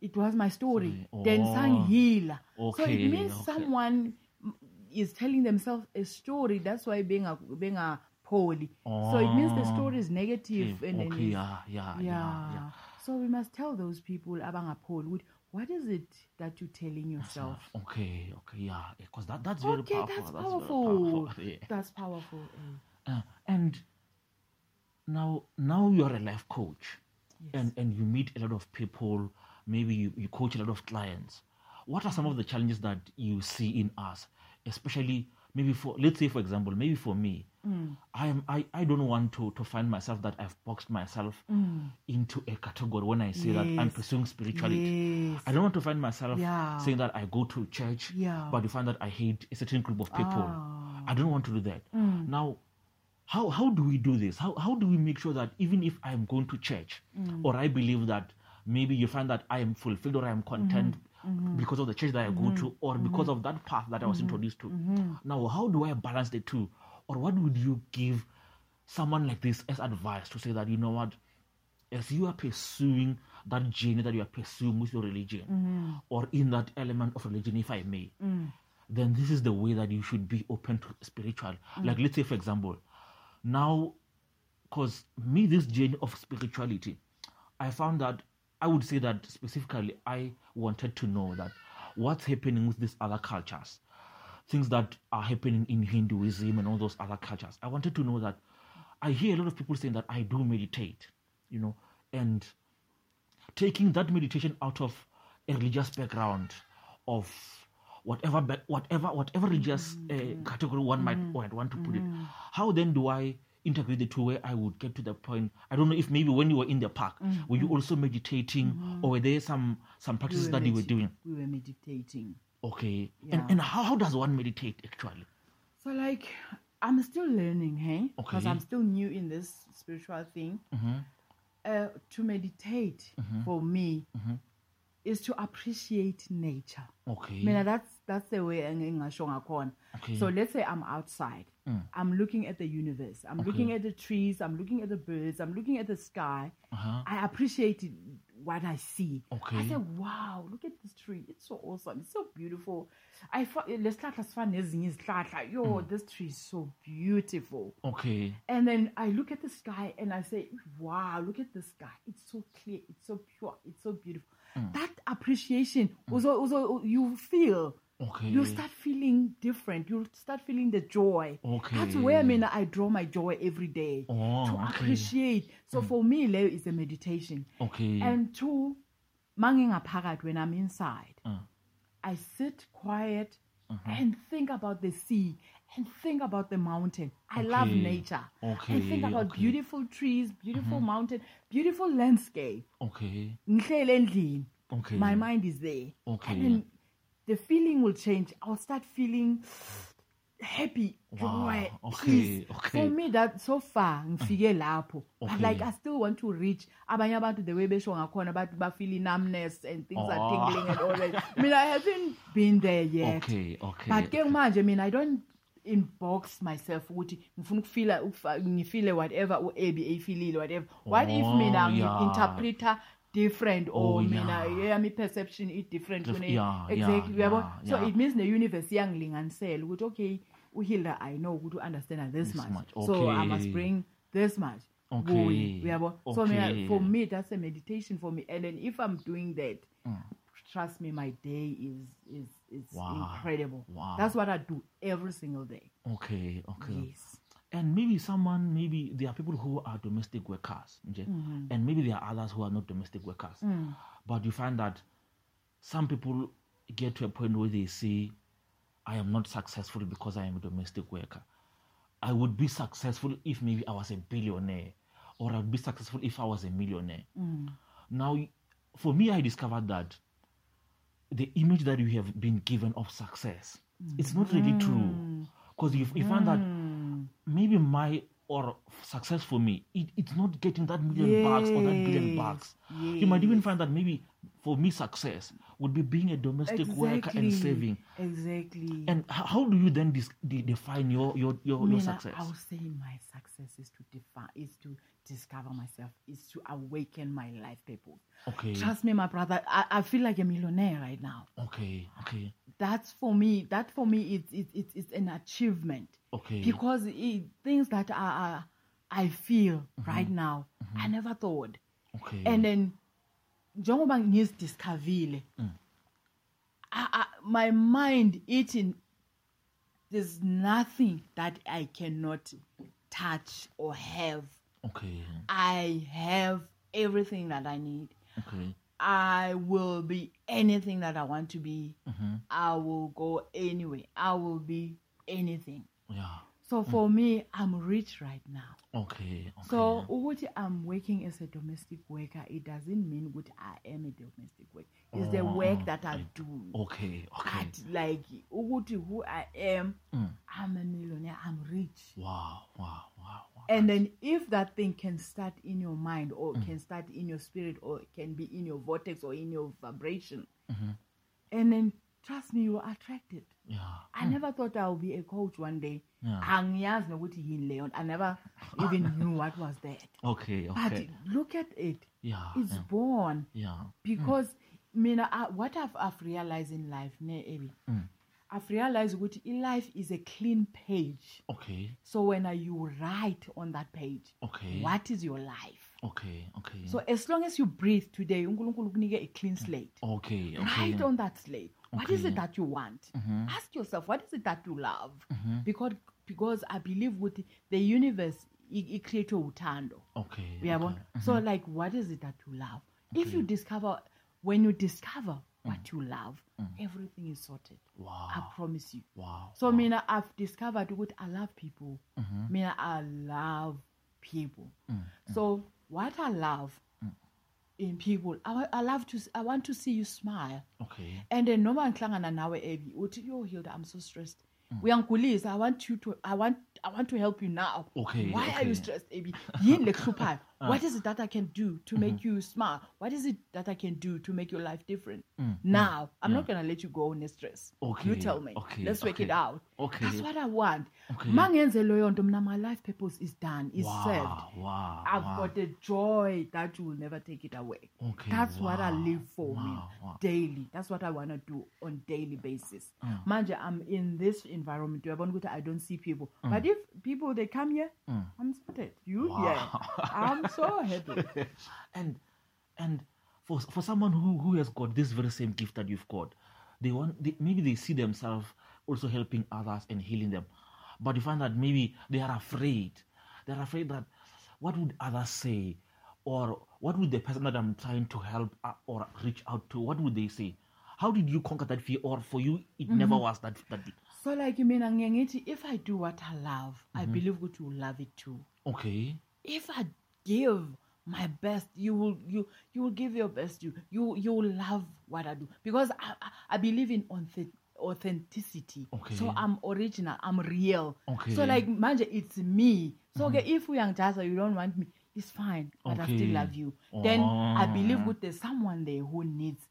it was my story.
Sorry.
Then
Oh.
sang healer. so it
Okay,
means
okay.
someone is telling themselves a story. That's why being a being a poly. So it means the story is negative
okay,
and then
Ah. Oh, okay,
it's-
yeah, yeah, yeah, yeah,
yeah. So we must tell those people abangapholi ukuthi what is it that you're telling yourself?
Okay, okay, yeah, because that, that's very
okay,
powerful.
that's
very
powerful.
powerful, yeah.
That's powerful. mm.
Uh, and now now you're a life coach
Yes.
and and you meet a lot of people maybe you, you coach a lot of clients what are some of the challenges that you see in us especially maybe for let's say for example maybe for me
Mm,
i am i, I don't want to to find myself that i've boxed myself
mm.
into a category when i say that i'm
Yes.
pursuing spirituality
Yes.
I don't want to find myself
Yeah.
saying that I go to church,
Yeah.
but you find that I hate a certain group of people.
Ah. Mm,
I don't want to do that. Now, how, how do we do this? How, how do we make sure that even if I'm going to church or I believe that maybe you find that I am fulfilled or I am content
Mm-hmm.
because of the church that I go to or because of that path that I was introduced to?
Mm-hmm.
Now, how do I balance the two? Or what would you give someone like this as advice to say that, you know what, as you are pursuing that journey that you are pursuing with your religion
Mm. mm-hmm.
or in that element of religion if i may then this is the way that you should be open to spiritual like let's say for example now because me this journey of spirituality i found that i would say that specifically i wanted to know that what's happening with these other cultures things that are happening in hinduism and all those other cultures i wanted to know that i hear a lot of people saying that i do meditate you know and taking that meditation out of a religious background of whatever back- whatever whatever religious
Mm-hmm.
uh, category one might might want to put it how then do i integrate the two where i would get to the point i don't know if maybe when you were in the park
Mm-hmm.
were you also meditating or were there some some
We
practices that you were
medit-
doing
We were meditating.
okay
Yeah.
and and how, how does one meditate actually
So like I'm still learning, hey? Because
Okay.
I'm still new in this spiritual thing.
Mm-hmm.
Uh, to meditate for me
Mm-hmm.
is to appreciate nature.
okay
Mina, that's that's the way engi- engingasho ngakhona.
Okay.
So let's say I'm outside. I'm looking at the universe. I'm looking at the trees. I'm looking at the birds. I'm looking at the sky.
Uh-huh.
I appreciate it, what I see. I
Okay.
said, wow, look at this tree. It's so awesome. It's so beautiful. I thought, let's start as far as Yo, this tree is so beautiful.
Okay.
And then I look at the sky and I say, wow, look at the sky. It's so clear. It's so pure. It's so beautiful. That appreciation, also, also, you feel,
Okay.
you start feeling different. You start feeling the joy. That's where I
Okay.
mean I draw my joy every day.
Oh,
to
okay. Hmm.
appreciate. So for me, Leo is a meditation.
Okay.
And two, mangingaphakathi when I'm inside,
Uh. uh-huh.
I sit quiet
Hmm.
and think about the sea and think about the mountain. I love
Okay.
nature. And
Okay,
think
okay.
about
Mm-hmm.
beautiful trees, beautiful mountain, beautiful landscape.
okay.
Ngihleli endlini,
Okay.
My mind is there.
Okay.
And then the feeling will change. I'll start feeling happy,
Wow,
joy,
okay,
peace.
okay. Ah,
For me, that so far ngifike lapho. But
Okay.
like I still want to reach abanye abantu the way besho ngakhona bathi bafeel numbness and things are
Oh.
tingling and all that. I mean, I haven't been there yet.
Okay. Okay.
But ke manje mina I don't inbox myself ukuthi ngifuna ukufila ukufa- ngifile whatever u-ab ayifilile whatever what if
Oh,
mina
yeah.
ngi-interpreta different or
Oh,
mina
yeah.
eyami i-perception i-different
Dif-
kune-
yeah, yeah,
exactly uyabo
yeah,
so
yeah.
it means ne-universe iyangilinganisela ukuthi okay uhilda i know ukuthi u-understanda this
This
much,
much,
so i
okay.
must bring this much
Okay,
kuye, uyabo so mina,
okay.
for me that's a meditation for me and then if i'm doing that
Mm.
trust me my day is is is
Wow.
incredible
Wow.
that's what i do every single day
Okay. Okay.
yes
And maybe someone, maybe there are people who are domestic workers, nje,
Mm-hmm.
and maybe there are others who are not domestic workers.
Mm.
But you find that some people get to a point where they say, I am not successful because I am a domestic worker. I would be successful if maybe I was a billionaire, or I'd be successful if I was a millionaire. Now, for me, I discovered that the image that you have been given of success, it's not really true. Because you, you find
Mm.
that maybe my or success for me, it, it's not getting that million bucks or that billion
Yes,
bucks. You might even find that maybe for me, success would be being a domestic worker and saving.
exactly
And h- how do you then dis- de- define your your your, your
Mina,
success?
i would say my success is to define is to discover myself is to awaken my life people
Okay,
trust me my brother I, I feel like a millionaire right now
okay, okay,
that's for me that for me it's it's it's, it's an achievement
okay.
because it, things that are, are i feel right now i never thought
okay.
and then njengoba ngizidiscavile I- I- my mind eating there's nothing that i cannot touch or have
okay,
i have everything that i need
okay,
I will be anything that I want to be. I will go anywhere. I will be anything.
yeah,
So for me, I'm rich right now.
okay, okay.
So what I'm working as a domestic worker, it doesn't mean what I am a domestic worker. It's
Oh,
the work that I do.
okay, Oh, okay. Mm.
But like what who I am, I'm a millionaire. I'm rich.
Wow, wow, wow, wow.
And then if that thing can start in your mind or
Mm.
can start in your spirit or can be in your vortex or in your vibration,
Mm-hmm.
and then trust me, you will attract it.
Yeah,
I never thought I would be a coach one day.
Yeah.
Angiyazi nokuthi yini leyo nto. I never even knew what was that.
okay,
But
okay.
look at it.
yeah,
It's
yeah, Mm.
born
yeah,
because mina I, what I've, I've realized in life, ne Ebi,
Mm.
I've realized ukuthi life is a clean page.
okay,
So when are you write on that page,
okay,
what is your life?
okay, okay,
So as long as you breathe today, uNkulunkulu kunike a clean slate.
okay, Mm. okay,
Write on that slate. What is
Okay.
it
Mm-hmm.
that you want? Ask yourself, what is it that you love? Because because I believe with the universe, it, it creates utando.
okay, Mm-hmm.
Yeah,
okay.
So like, what is it that you love? If you discover, when you discover what you love, everything is sorted. I
Mm. Wow,
promise you.
wow. Mm-hmm, Mm.
So mina I've discovered what I love people. Mina I love people. So what I love
Mm.
in people, I, I love to s- I want to see you smile.
Okay,
And then no man klangana nawe Abby. Uthi yo Hilda I'm so stressed.
Mm.
Uyangigulisa. I want you to I want I want to help you now.
Okay,
Why are
okay. Ah.
you stressed Abby? Yini lekuhluphayo? what is it that I can do to make
Mm-hmm.
you smile? What is it that I can do to make your life different? Now, I'm not gonna let you go on a stress.
Mm, Okay,
You tell me.
okay,
Let's work it
okay,
out.
okay.
That's what I want.
Okay.
Mangenze loyo nto mna, my life purpose is done, is served.
Wow, wow,
I've
wow.
got a joy that you will never take it away.
Okay,
That's what I
wow,
live for, man.
wow, wow.
Daily. That's what I want to do on daily basis.
Mm,
Manja, I'm in this environment. uyabona ukuthi I don't see people. But if people, they come here, I'm sorted.
Mm.
You,
Wow.
yeah. I'm so happy.
and and for for someone who who has got this very same gift that you've got, they want they, maybe they see themselves also helping others and healing them, but you find that maybe they are afraid. They're afraid that what would others say, or what would the person that I'm trying to help uh, or reach out to, what would they say? How did you conquer that fear? Or for you, it never was that that.
So like mina ngiye ngithi if I do what I love, I
Mhm.
believe ukuthi you love it too.
Okay.
if I give my best, you will you you will give your best. You you you will love what I do because I I, I believe in authe- authenticity.
Okay.
So I'm original. I'm real.
Okay.
So like manje, it's me. So okay, if we are jazz you don't want me, it's fine. But
Mm-hmm.
I
Okay.
still love you. Then I believe
Oh.
that there's someone there who needs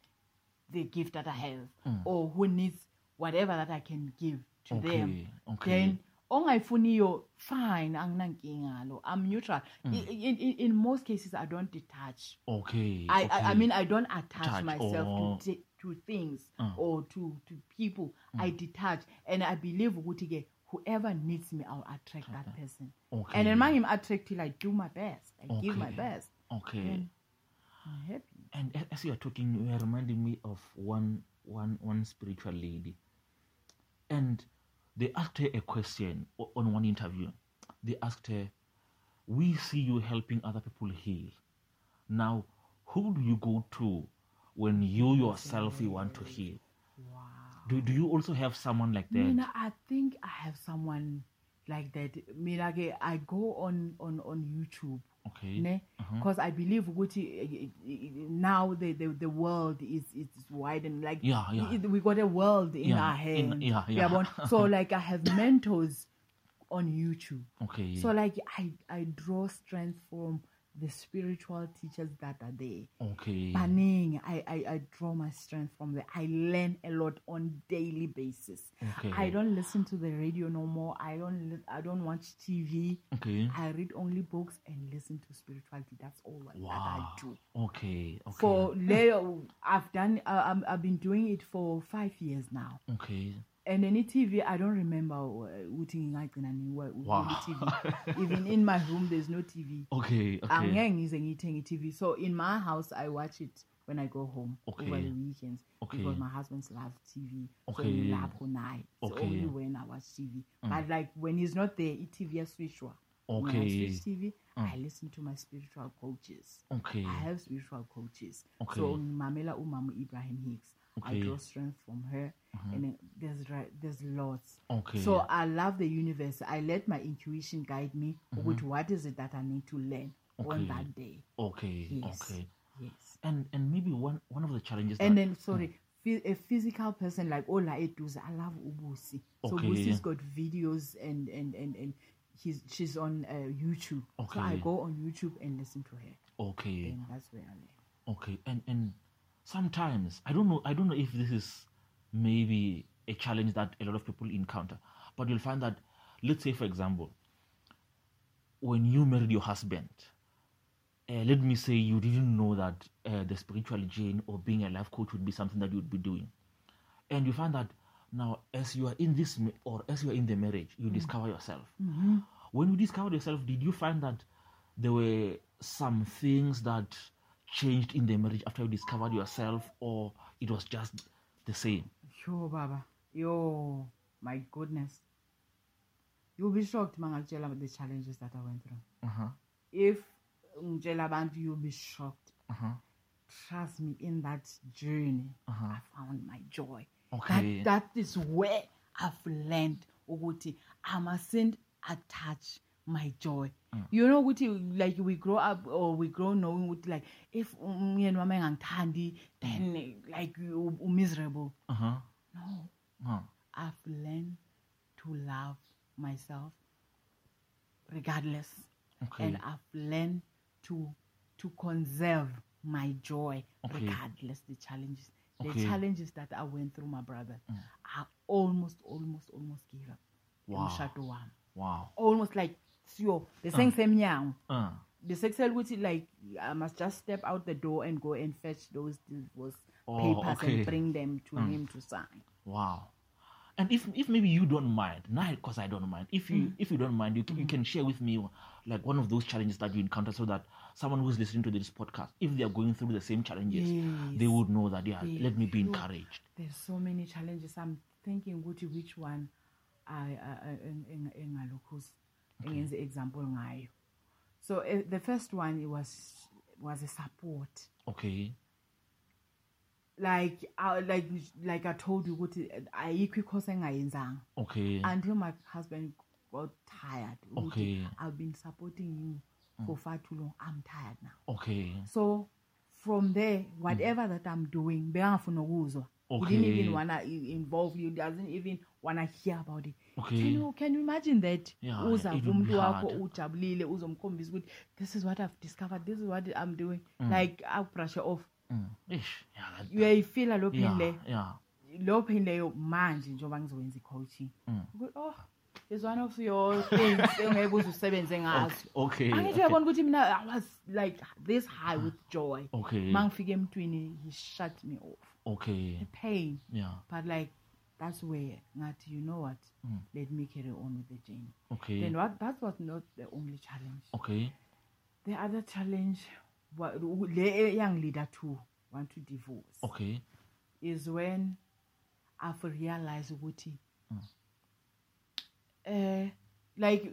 the gift that I have
Mm.
or who needs whatever that I can give to them.
Okay, okay.
Then ongayifuniyo fine anginankinga lo i'm neutral
Mm.
I- in, in, in most cases i don't detach
Okay.
I,
okay.
I, I mean i don't attach
Attach,
myself
oh.
to, thi- to things
Uh,
or to, to people i
Mm.
detach and i believe ukuthi-ke whoever needs me i'll attract that person
Okay.
and then my attract till i do my best i give my
Okay.
best
Okay.
i'm happy
And a- as you are talking, you are reminding me of one one one spiritual lady. And they asked her a question o- on one interview. They asked her, "We see you helping other people heal. Now, who do you go to when you yourself you want to heal?
wow
Do, do you also have someone like that?
Mina, I think I have someone like that. Mina, ke, I go on on on YouTube,
Okay.
ne?
Uh-huh.
Because I believe ukuthi eh, eh, eh, now the, the the world is is widened. Like
Yeah, yeah.
it- we got a world in
Yeah,
our
in-
hand.
yeah, yeah.
Uyabona? So like I have mentors on YouTube.
Okay.
So like I I draw strength from the spiritual teachers that are there.
okay.
Banning, I, I, I draw my strength from there. I learn a lot on daily basis.
Okay.
I don't listen to the radio no more. I don't li- I don't watch TV.
Okay.
I read only books and listen to spirituality. That's all that- that I
Wow.
do.
Okay. Okay.
For Leo, I've done. Uh, I'm, I've been doing it for five years now.
okay.
And any TV, I don't remember uh, what
Wow.
TV. Even in my room, there's no TV.
Okay. Okay.
angeke ngize ngiyithenge i-tv so in my house i watch it when i go home over
Okay.
the weekends
Okay.
because my husband loves tv so
Okay.
lapho naye it's
Okay. Mm.
only when i watch tv but like when he's not there i-tv yaswishwa when i
Okay. Mm.
switch tv i listen to my spiritual coaches
Okay.
i have spiritual coaches so
Okay.
ngimamela umama ibrahim hicks i
Okay. Mm. mm-hmm,
draw strength from her and then there's ri- there's lots
Okay.
so I love the universe. I let my intuition guide me with what is it that I need to learn
Mm-hmm. Okay.
on that day.
Okay.
Yes.
Okay. Uh,
Yes.
And and maybe one one of the challenges.
And
that,
then sorry, phy- a physical person like Ola Eduze, I love Ubusi. So
Okay.
Ubusi's got videos and and and and he's she's on uh, YouTube. So I
Okay.
go on YouTube and listen to her.
okay.
And that's where I learn.
Okay. And and sometimes I don't know I don't know if this is maybe a challenge that a lot of people encounter, but you'll find that let's say for example, when you married your husband, uh, let me say you didn't know that uh, the spiritual journey or being a life coach would be something that you'd be doing. And you find that now, as you are in this ma- or as you are in the marriage, you discover yourself. When you discovered yourself, did you find that there were some things that changed in the marriage after you discovered yourself, or it was just the same?
Yo, Baba. Yo, my goodness. You'll be shocked, man, about the challenges that I went through.
Uh huh.
if ngitshela abantu you'll be shocked
Uh huh.
trust me in that journey
Uh-huh.
i found my joy
Okay.
that, that is where i've learned ukuthi i mustn't attach my joy you know ukuthi like we grow up or we grow knowing ukuthi like if umyeni wami engangithandi then like u- u-miserable
Uh huh.
no
Uh-huh.
i've learned to love myself regardless
Okay.
uh, and I've learned to to conserve my joy
Okay.
regardless the challenges. The
Okay.
challenges that I went through, my brother,
Mm.
I almost, almost, almost gave up.
Wow.
Umshado wami.
Wow.
Almost like sure, the
Ah.
same same young.
Uh,
The sex ukuthi like I must just step out the door and go and fetch those divorce
Oh,
papers
okay.
and bring them to
Mm.
him to sign.
wow. And if if maybe you don't mind, not because I don't mind. If you
Mm.
if you don't mind, you can, you can share with me like one of those challenges that you encounter, so that someone who's listening to this podcast, if they are going through the same challenges, they
Yes.
would know that yeah,
Yeah,
let me be
sure.
encouraged.
There's so many challenges. I'm thinking ukuthi which one I I- I- eng- eng- engalokhuza engenze example ngayo. So eh, the first one it was was a support.
Okay.
Like I, like like I told you ukuthi eh, ayikho ikhosi engayenzanga.
Okay.
until my husband got tired. ukuthi,
Okay.
I've been supporting you for far too long. I'm tired now.
okay.
So from there, whatever that I'm doing, bengafuna ukuzwa. He didn't
Okay.
even wanna i- involve you. Doesn't even wanna hear about it.
Okay.
Can you can you imagine that?
Yeah,
uza
it would be
kumntu wakho
hard.
ujabulile uzomkhombisa ukuthi this is what I've discovered. This is what I'm doing. Like I'll brush it off.
Mm. Ish. Yeah, that-
Uyayifila lo pain
yeah,
leyo
yeah.
lo pain leyo manje njengoba ngizowenza i-coaching
Mm.
Ukuthi, oh is one of your things engeke uze usebenze ngazo
Okay.
angithi
Okay.
uyabona ukuthi mina i was like this high with joy
Okay.
ma ngifika emntwini he shut me off
Okay.
pain
Yeah.
but like that's where ngathi you know what
Mm.
let me carry on with the journey
Okay.
then what, that was not the only challenge
Okay.
the other challenge wa- le eh, eyangilida to want to divorce
Okay.
is when I've realized ukuthi
Mm.
eh like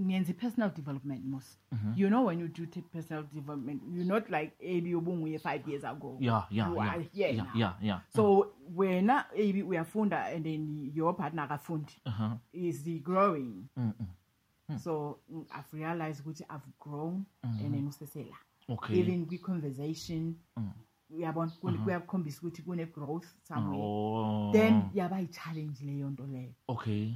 ngiyenza personal development most
Mm-hmm.
you know when you do t- personal development you're not like AB ubunguye 5 years ago
Yeah. Yeah.
you
Yeah.
are
Yeah.
here
Yeah.
now.
Yeah.
so wena AB uyafunda and then your partner akafundi
Uh-huh. mm,
is he growing
Mm-mm.
so mm, I've realized ukuthi I've grown and then usesela
mm, Mm-hmm. Okay. mm, Mm-hmm.
even kwi conversation uyabona kune- kuyakhombisa ukuthi kune growth somewhere
oh.
then yaba yi-challenge leyo nto leyo
Okay.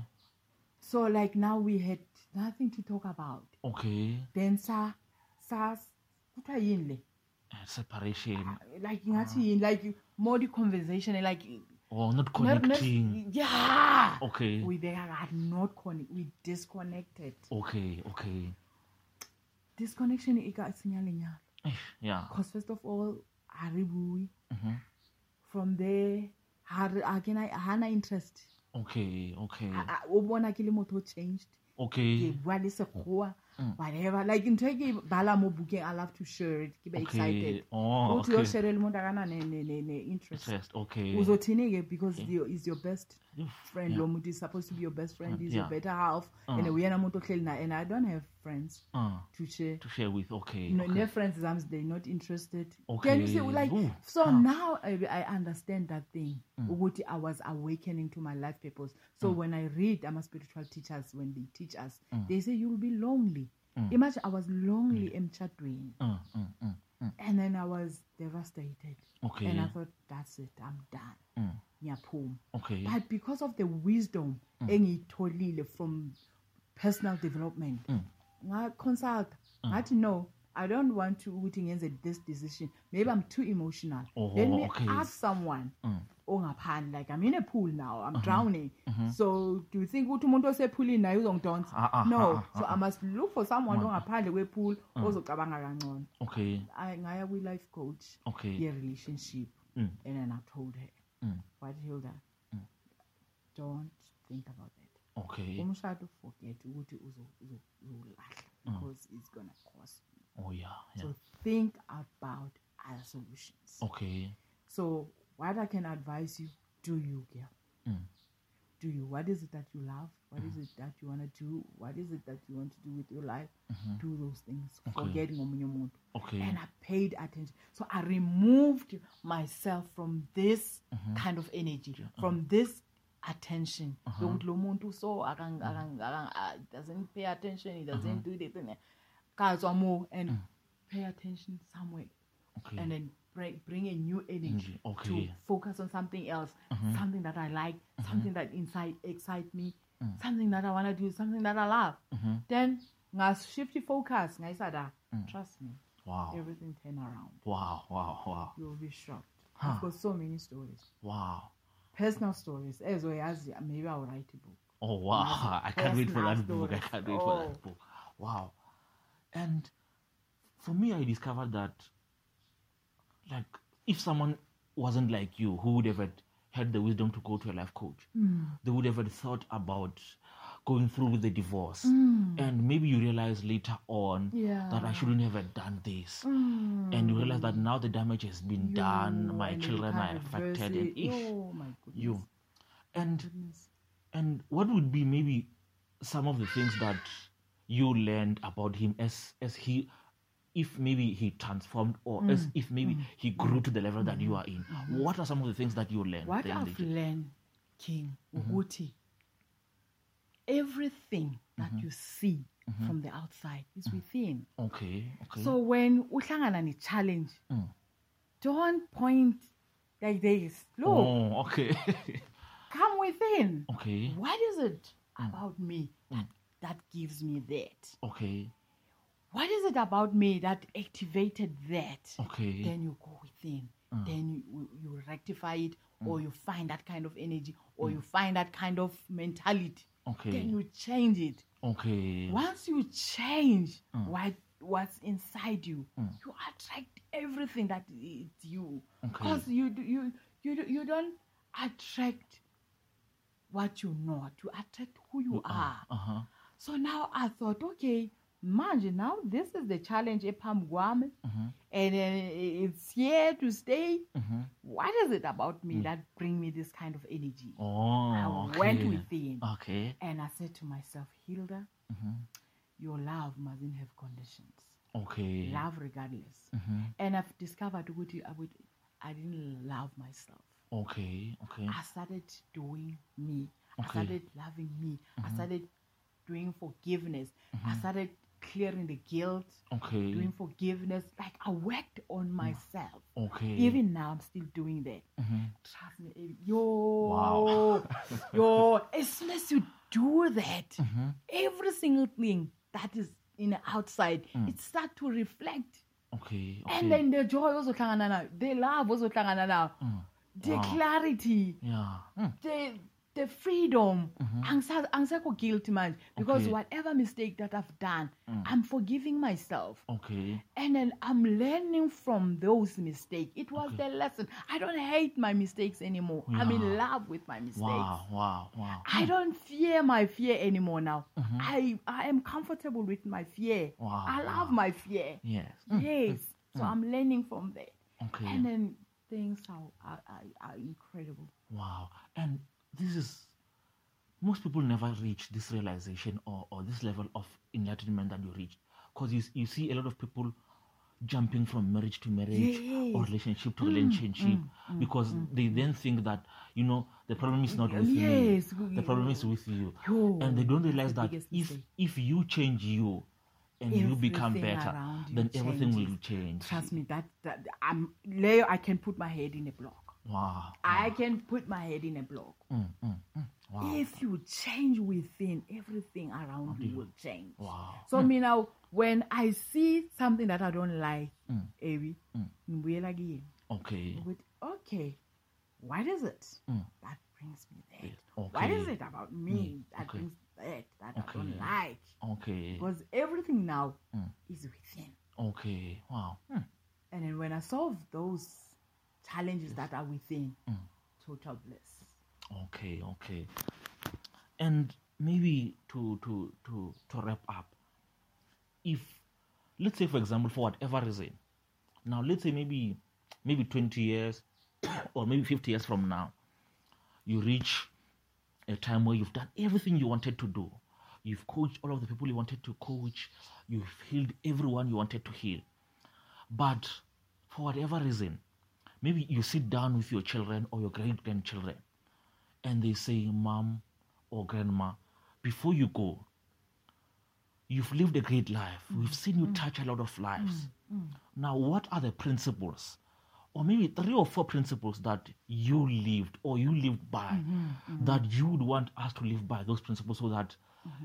so like now we had nothing to talk about
Okay.
then sa sa kuthiwa yini le
Uh, Separation.
like
Ah.
ingathi yini like more the-conversation like
Oh, not
not- not-
connecting.
yeah
Okay.
uyibeka kathi not connect we disconnected
Okay. Okay.
disconnection e ka senya lenyalo
Ish, Yeah.
because first of all ha re bue
Mhm.
from there ha re- ha ke na- ha na interest
Okay. Okay.
Ha- ha- o bona ke le motho o changed ke
Okay.
bua le sekgowa
Mm.
whatever like ntho e ke bala mo bookeng i love to share it ke be
Okay.
excited
Oh.
uthi
Okay.
uyosherela umuntu akana ne-interest
Interest. Okay.
uzothini-ke because you- is your best
Oof,
friend
yeah. Mm.
lo muntu is supposed to be your best friend is your
yeah.
better half and
Uh.
uyena muntu ohleli naye and i don't have friends
Uh,
to share
to share with. Okay.
no,
okay.
ne-friends zami they're not interested can you
Okay.
see like
Ooh, Mm.
so
ah.
now I, i understand that thing ukuthi i was awakening to my life purpose
Mm.
so when i read i'm a spiritual teachers when they teach us they say you'll be lonely imagine i was lonely emchadweni
Mm, mm, mm, mm.
and then i was devastated
Okay.
and i thought that's it i'm done
Mm.
ngiyaphuma
Okay.
but because of the wisdom
Mm.
engiyitholile from personal development
Mm.
ngaconsulta ngathi no i don't want to ukuthi ngenze this decision maybe i'm too emotional
Oh,
let me
okay.
ask someone
Mm.
ongaphandle like i'm in a pool now
Uh-huh.
i'm drowning
Mm-hmm.
so do you think ukuthi umuntu osephulini naye uzongidonsa
Ah, ah,
no
ah, ah,
so i must look for someone
Uh-huh.
ongaphandle kwepool ozocabanga kangcono
ah. Okay.
I- ngaya kwi-life coach
Okay.
ye-relationship
Mm.
and then i told her
Mm.
what hilda don't think about that
Okay.
umshado forget ukuthi uzo- uzo- uzowulahla because it's gonna cost you
Oh yeah. Mm. Yeah. Oh.
so think about other solutions
Okay.
so what i can advise you do you girl
Mm.
do you what is it that you love What is it that you want to do what is it that you want to do with your life
Mm-hmm.
do those things forget ngomunye umuntu
Okay.
and I paid attention. So I removed myself from this
Mm-hmm,
kind of energy,
Uh-huh.
from this attention. Don't lo muntu so akang-
Uh-huh.
akang- akang- ah, doesn't pay attention, he doesn't do this and that. Kazwa mo and
Mm.
pay attention somewhere
Okay.
and then bring, bring a new energy
Energy, Mm, okay. Uh-huh.
to focus on something else, something that I like, something that inside excite me,
Mm. Mm-hmm.
something that I want to do, something that I love. Then I shift the focus. ngayisa da, Trust me,
Mm. Wow.
everything turn around.
Wow. Wow. Wow.
You'll be shocked.
Huh.
I've got so many stories,
Wow.
personal stories, as well as maybe I'll write a book.
Oh wow! I can't wait for
personal
that book. I
stories.
can't wait for that
Oh.
book. Wow. And for me, I discovered that, like, if someone wasn't like you, who would have had, had the wisdom to go to a life coach?
Mm.
They would have had thought about going through with the divorce, and maybe you realize later on that I
Mm. Yeah. Mm.
shouldn't have had done this, and you realize that now the damage has been done. My
and then you
children are
can't reverse
affected,
it.
and if
Oh my goodness.
you, and
Goodness.
and what would be maybe some of the things that you learned about him as as he if maybe he transformed or
Mm.
as if maybe he grew to the level that you are in what are some of the things that you learned
What
then, Mm-hmm.
I've
Lady?
learned, King Uguti, everything that
Mm-hmm.
you see from the outside is
Mm.
within.
okay okay
So when uhlangana ne challenge,
Mm.
don't point like this. Look,
oh okay
come within.
okay
What is it
Um,
about me
mm.
that, that gives me that?
okay
What is it about me that activated that?
okay Mm.
Then you go within. Then you, you rectify it, or you find that kind of energy, or you find that kind of mentality. Then
Mm. okay
you change it.
okay Mm.
Once you change what what's inside you, you attract everything that is you.
Okay.
Because you do- you you do- you don't attract what you not. You attract who you are.
uh-huh
So now I thought, okay, imagine now this is the challenge Epam Guam,
uh-huh,
and then it's here to stay.
mm-hmm.
What is it about me that bring me this kind of energy?
Hmm. oh
I
okay. Uh.
went within.
okay uh-huh,
And I said to myself, Hilda, your love mustn't have conditions.
okay
Love regardless.
Mhm.
And I've discovered what I would I didn't love myself.
okay okay
I started doing me.
Hmm. Okay. Mm-hmm.
I started loving me. I started doing forgiveness. I started clearing the guilt,
uh-huh, okay
doing forgiveness. Like I worked
Mm.
on myself.
okay
Even now, I'm still doing that.
Mhm.
Trust me, eh, yo, yo. As soon as you do that, every single thing that is in the outside, it start to reflect.
Mm. okay okay
And then the joy also hlangana now, the love also hlangana now, the
Wow.
clarity,
yeah Mm.
the the freedom. Angisa- Angisekho guilty manje because
Okay.
whatever mistake that I've done, I'm forgiving myself.
okay
And then I'm learning from those mistakes. It was the lesson. I don't hate my mistakes anymore. I'm in
Yeah.
love with my mistakes.
Wow, Hmm. wow, wow.
I don't fear my fear anymore now.
Hmm.
I, I am comfortable with my fear.
Wow,
I love
Ah, wow. Hmm.
my fear.
Yes.
Yes. So I'm learning from that.
Okay.
And then things are, are, are, are incredible.
wow. And this is most people never reach this realization or, or this level of enlightenment that you reached. Because you, s- you see a lot of people jumping from marriage to marriage or
Yes. Mm,
relationship to relationship because they then think that, you know, the problem is not with
Yes,
me.
we-
The problem is with you.
Yo,
and they don't realize
Mm. the
that
biggest
if,
mistake.
if you change you and you become
Everything
better,
around you
then everything will
changes.
change.
Trust me, that, that I'm Leo, I can put my head in a block.
Wow.
I can put my head in a block.
Mm, mm, mm. Wow.
If you change within, everything around you will change.
Wow. Mm, Hmm.
So me now, when I see something that I don't like,
Hmm.
Ebi, ngibuyela kuyena.
Okay.
Ukuthi, okay, what is it
Mm.
that brings me that?
Yeah,
What
okay. Hmm.
is it about me that
okay.
brings that that I
Okay. Hmm.
don't like?
Okay.
Because everything now is within.
Okay. Wow. Hmm.
And then when I solve those challenges that are within,
Hmm.
total bliss.
Okay. Okay. And maybe to to to to wrap up, if let's say for example for whatever reason, now let's say maybe maybe twenty years or maybe fifty years from now, you reach a time where you've done everything you wanted to do. You've coached all of the people you wanted to coach. You've healed everyone you wanted to heal. But for whatever reason, maybe you sit down with your children or your great grandchildren and they say, Mom or Grandma, before you go, you've lived a great life. We've seen you touch a lot of lives. Now, what are the principles, or maybe three or four principles that you lived or you lived by that you would want us to live by those principles so that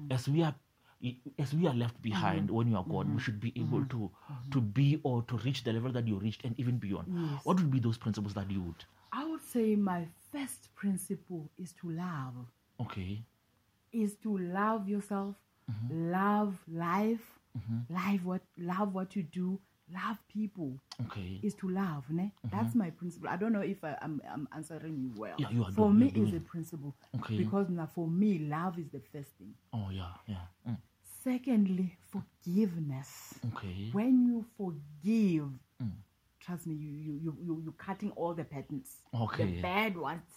as we are y- as we are left behind when you are gone, we should be able to to be or to reach the level that you reached and even beyond.
Yes.
What would be those principles that you would?
I would say my first principle is to love,
Okay.
is to love yourself,
Mm-hmm.
love life, life what love what you do, love people.
Okay.
Is to love, ne? That's my principle. I don't know if I, I'm, I'm answering you well.
Mm-hmm. Yeah, you are
for
doing-
me,
you're doing
it's a
it.
principle
Okay.
because now for me, love is the first thing.
oh yeah. Yeah. Mm.
Secondly, forgiveness.
Okay.
When you forgive,
Mm.
trust me, you you you you you cutting all the patterns.
Okay.
The bad ones,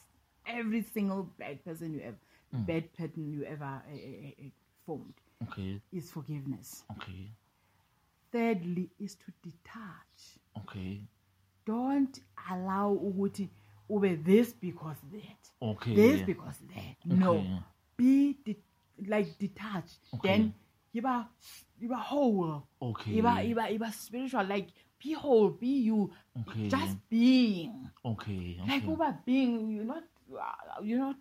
every single bad person you ever,
Mm.
bad pattern you ever uh, uh, uh, formed
Okay.
is forgiveness.
Okay.
Thirdly, is to detach.
Okay.
Don't allow ukuthi ube this because that.
Okay.
This because that. No,
Okay.
be de- like detached. Then you are you are whole.
Okay.
You are you are you are spiritual. Like be whole. Be you.
Okay.
Just being.
okay.
Like
Okay.
uba being. You're not. You're not.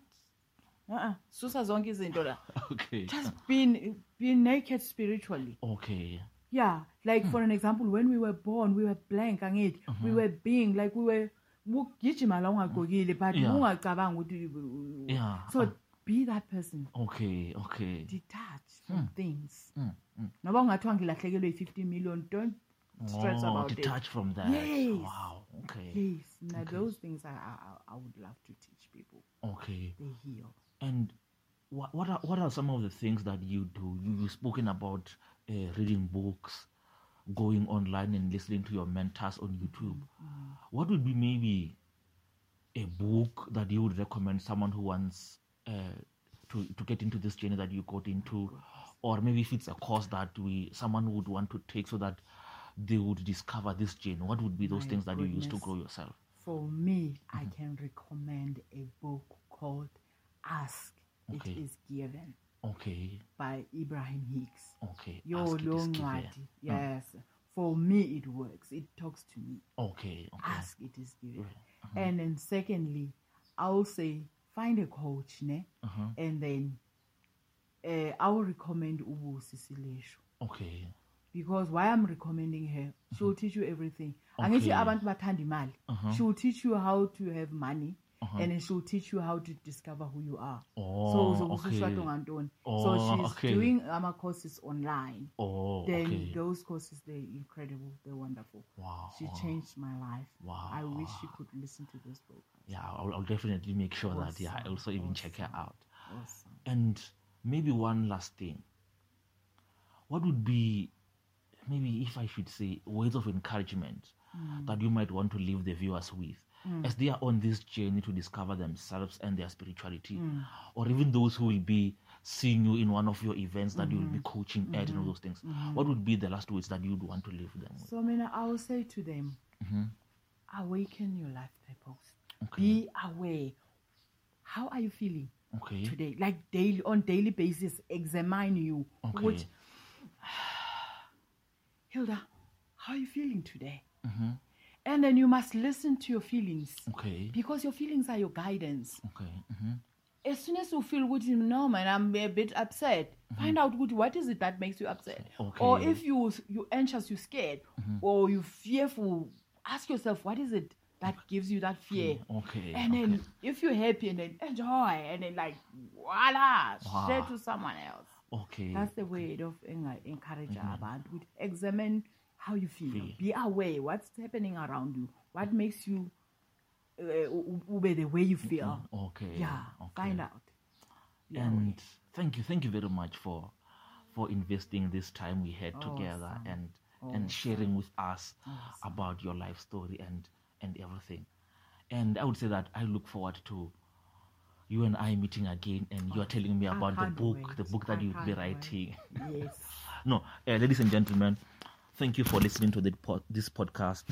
Uh-uh. Susa zonke izinto
Ah,
la.
Okay.
Just being being naked spiritually.
Okay.
Yeah, like
Hmm.
for an example, when we were born, we were blank and it
Uh-huh.
we were being like we were ukugijima la ungagqokile but
Yeah.
ungacabanga ukuthi u- u-
Yeah. uh,
so be that person
Okay. Okay.
detach from things
Mm, mm.
noba ungathiwa ngilahlekelwe yi-50 million don't stress
oh,
about it
detach from that.
Yes.
Wow. Okay.
yes now those things I, I, I- I would love to teach people
Okay.
they heal
And what what are what are some of the things that you do? You you've spoken about uh, reading books, going online and listening to your mentors on YouTube.
Mm.
What would be maybe a book that you would recommend someone who wants uh, to to get into this journey that you got into, or maybe if it's a course that we someone would want to take so that they would discover this journey. What would be those
My
things that you use to
goodness.
grow yourself?
For me, I
Mm-hmm.
can recommend a book called Ask
Okay.
It Is Given
Okay,
by Ibrahim Hicks.
okay.
Yo
Ask it is
long
given.
ncwadi. Yes. For me it works. It talks to me.
Okay, okay. Uh-huh.
Ask it is given. And then secondly, I'll say find a coach, ne?
Uh-huh.
And then uh, I will recommend Ubu Sisilesho.
Okay.
because why I'm recommending her, she will teach you everything. Angithi abantu bathanda imali. She will teach you how to have money and then she will teach you how to discover who you are.
Oh,
so
okay.
uzokusushwa ngantoni.
Oh,
So she's
okay.
doing ama courses online.
Oh,
Then
okay.
those courses they're incredible, they're wonderful.
Wow.
She changed my life.
Oh. Wow.
I wish she could listen to this book.
Yeah, I'll, I'll definitely make sure that yeah, I
Awesome,
also even check her out.
Awesome.
And maybe one last thing. What would be maybe if I should say words of encouragement
Mm.
that you might want to leave the viewers with as they are on this journey to discover themselves and their spirituality,
Mm.
or even those who will be seeing you in one of your events that you will be
Mm-hmm.
coaching at and all those things. What would be the last words that you'd want to leave them with?
So Mina, I will say to them,
Mm-hmm.
awaken your life purpose.
Okay.
Be aware. How are you feeling?
Okay.
today like daily on daily basis examine you
Okay.
which hilda how are you feeling today and then you must listen to your feelings
mm-hmm, Okay.
because your feelings are your guidance
Okay. hmm
as soon as you feel good you know man i'm a bit upset find out good what is it that makes you upset or
Hmm. Okay. Hmm.
if you you anxious you scared or you fearful ask yourself what is it that gives you that fear
Okay.
and
okay.
then if you're happy and then enjoy and then like voila share
Wow.
to someone else
okay. Mm-hmm.
that's the way of enga- encourage abantu ukuthi examine how you feel
Feel.
be aware what's happening around you what makes you uh, u- u- ube the way you feel
Okay.
yeah
Mm-hmm. Okay.
find out Be aware.
And thank you, thank you very much for for investing this time we had together and and sharing with us about your life story and and everything. And I would say that I look forward to you and I meeting again, and you are telling me
Oh, I
about the
can't
book,
wait.
the book
I
that you'll be
can't wait.
writing.
yes
No, uh, ladies and gentlemen, thank you for listening to the pod, this podcast.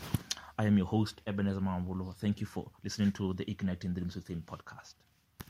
I am your host, Ebenezer Mambulo. Thank you for listening to the Igniting Dreams Within podcast.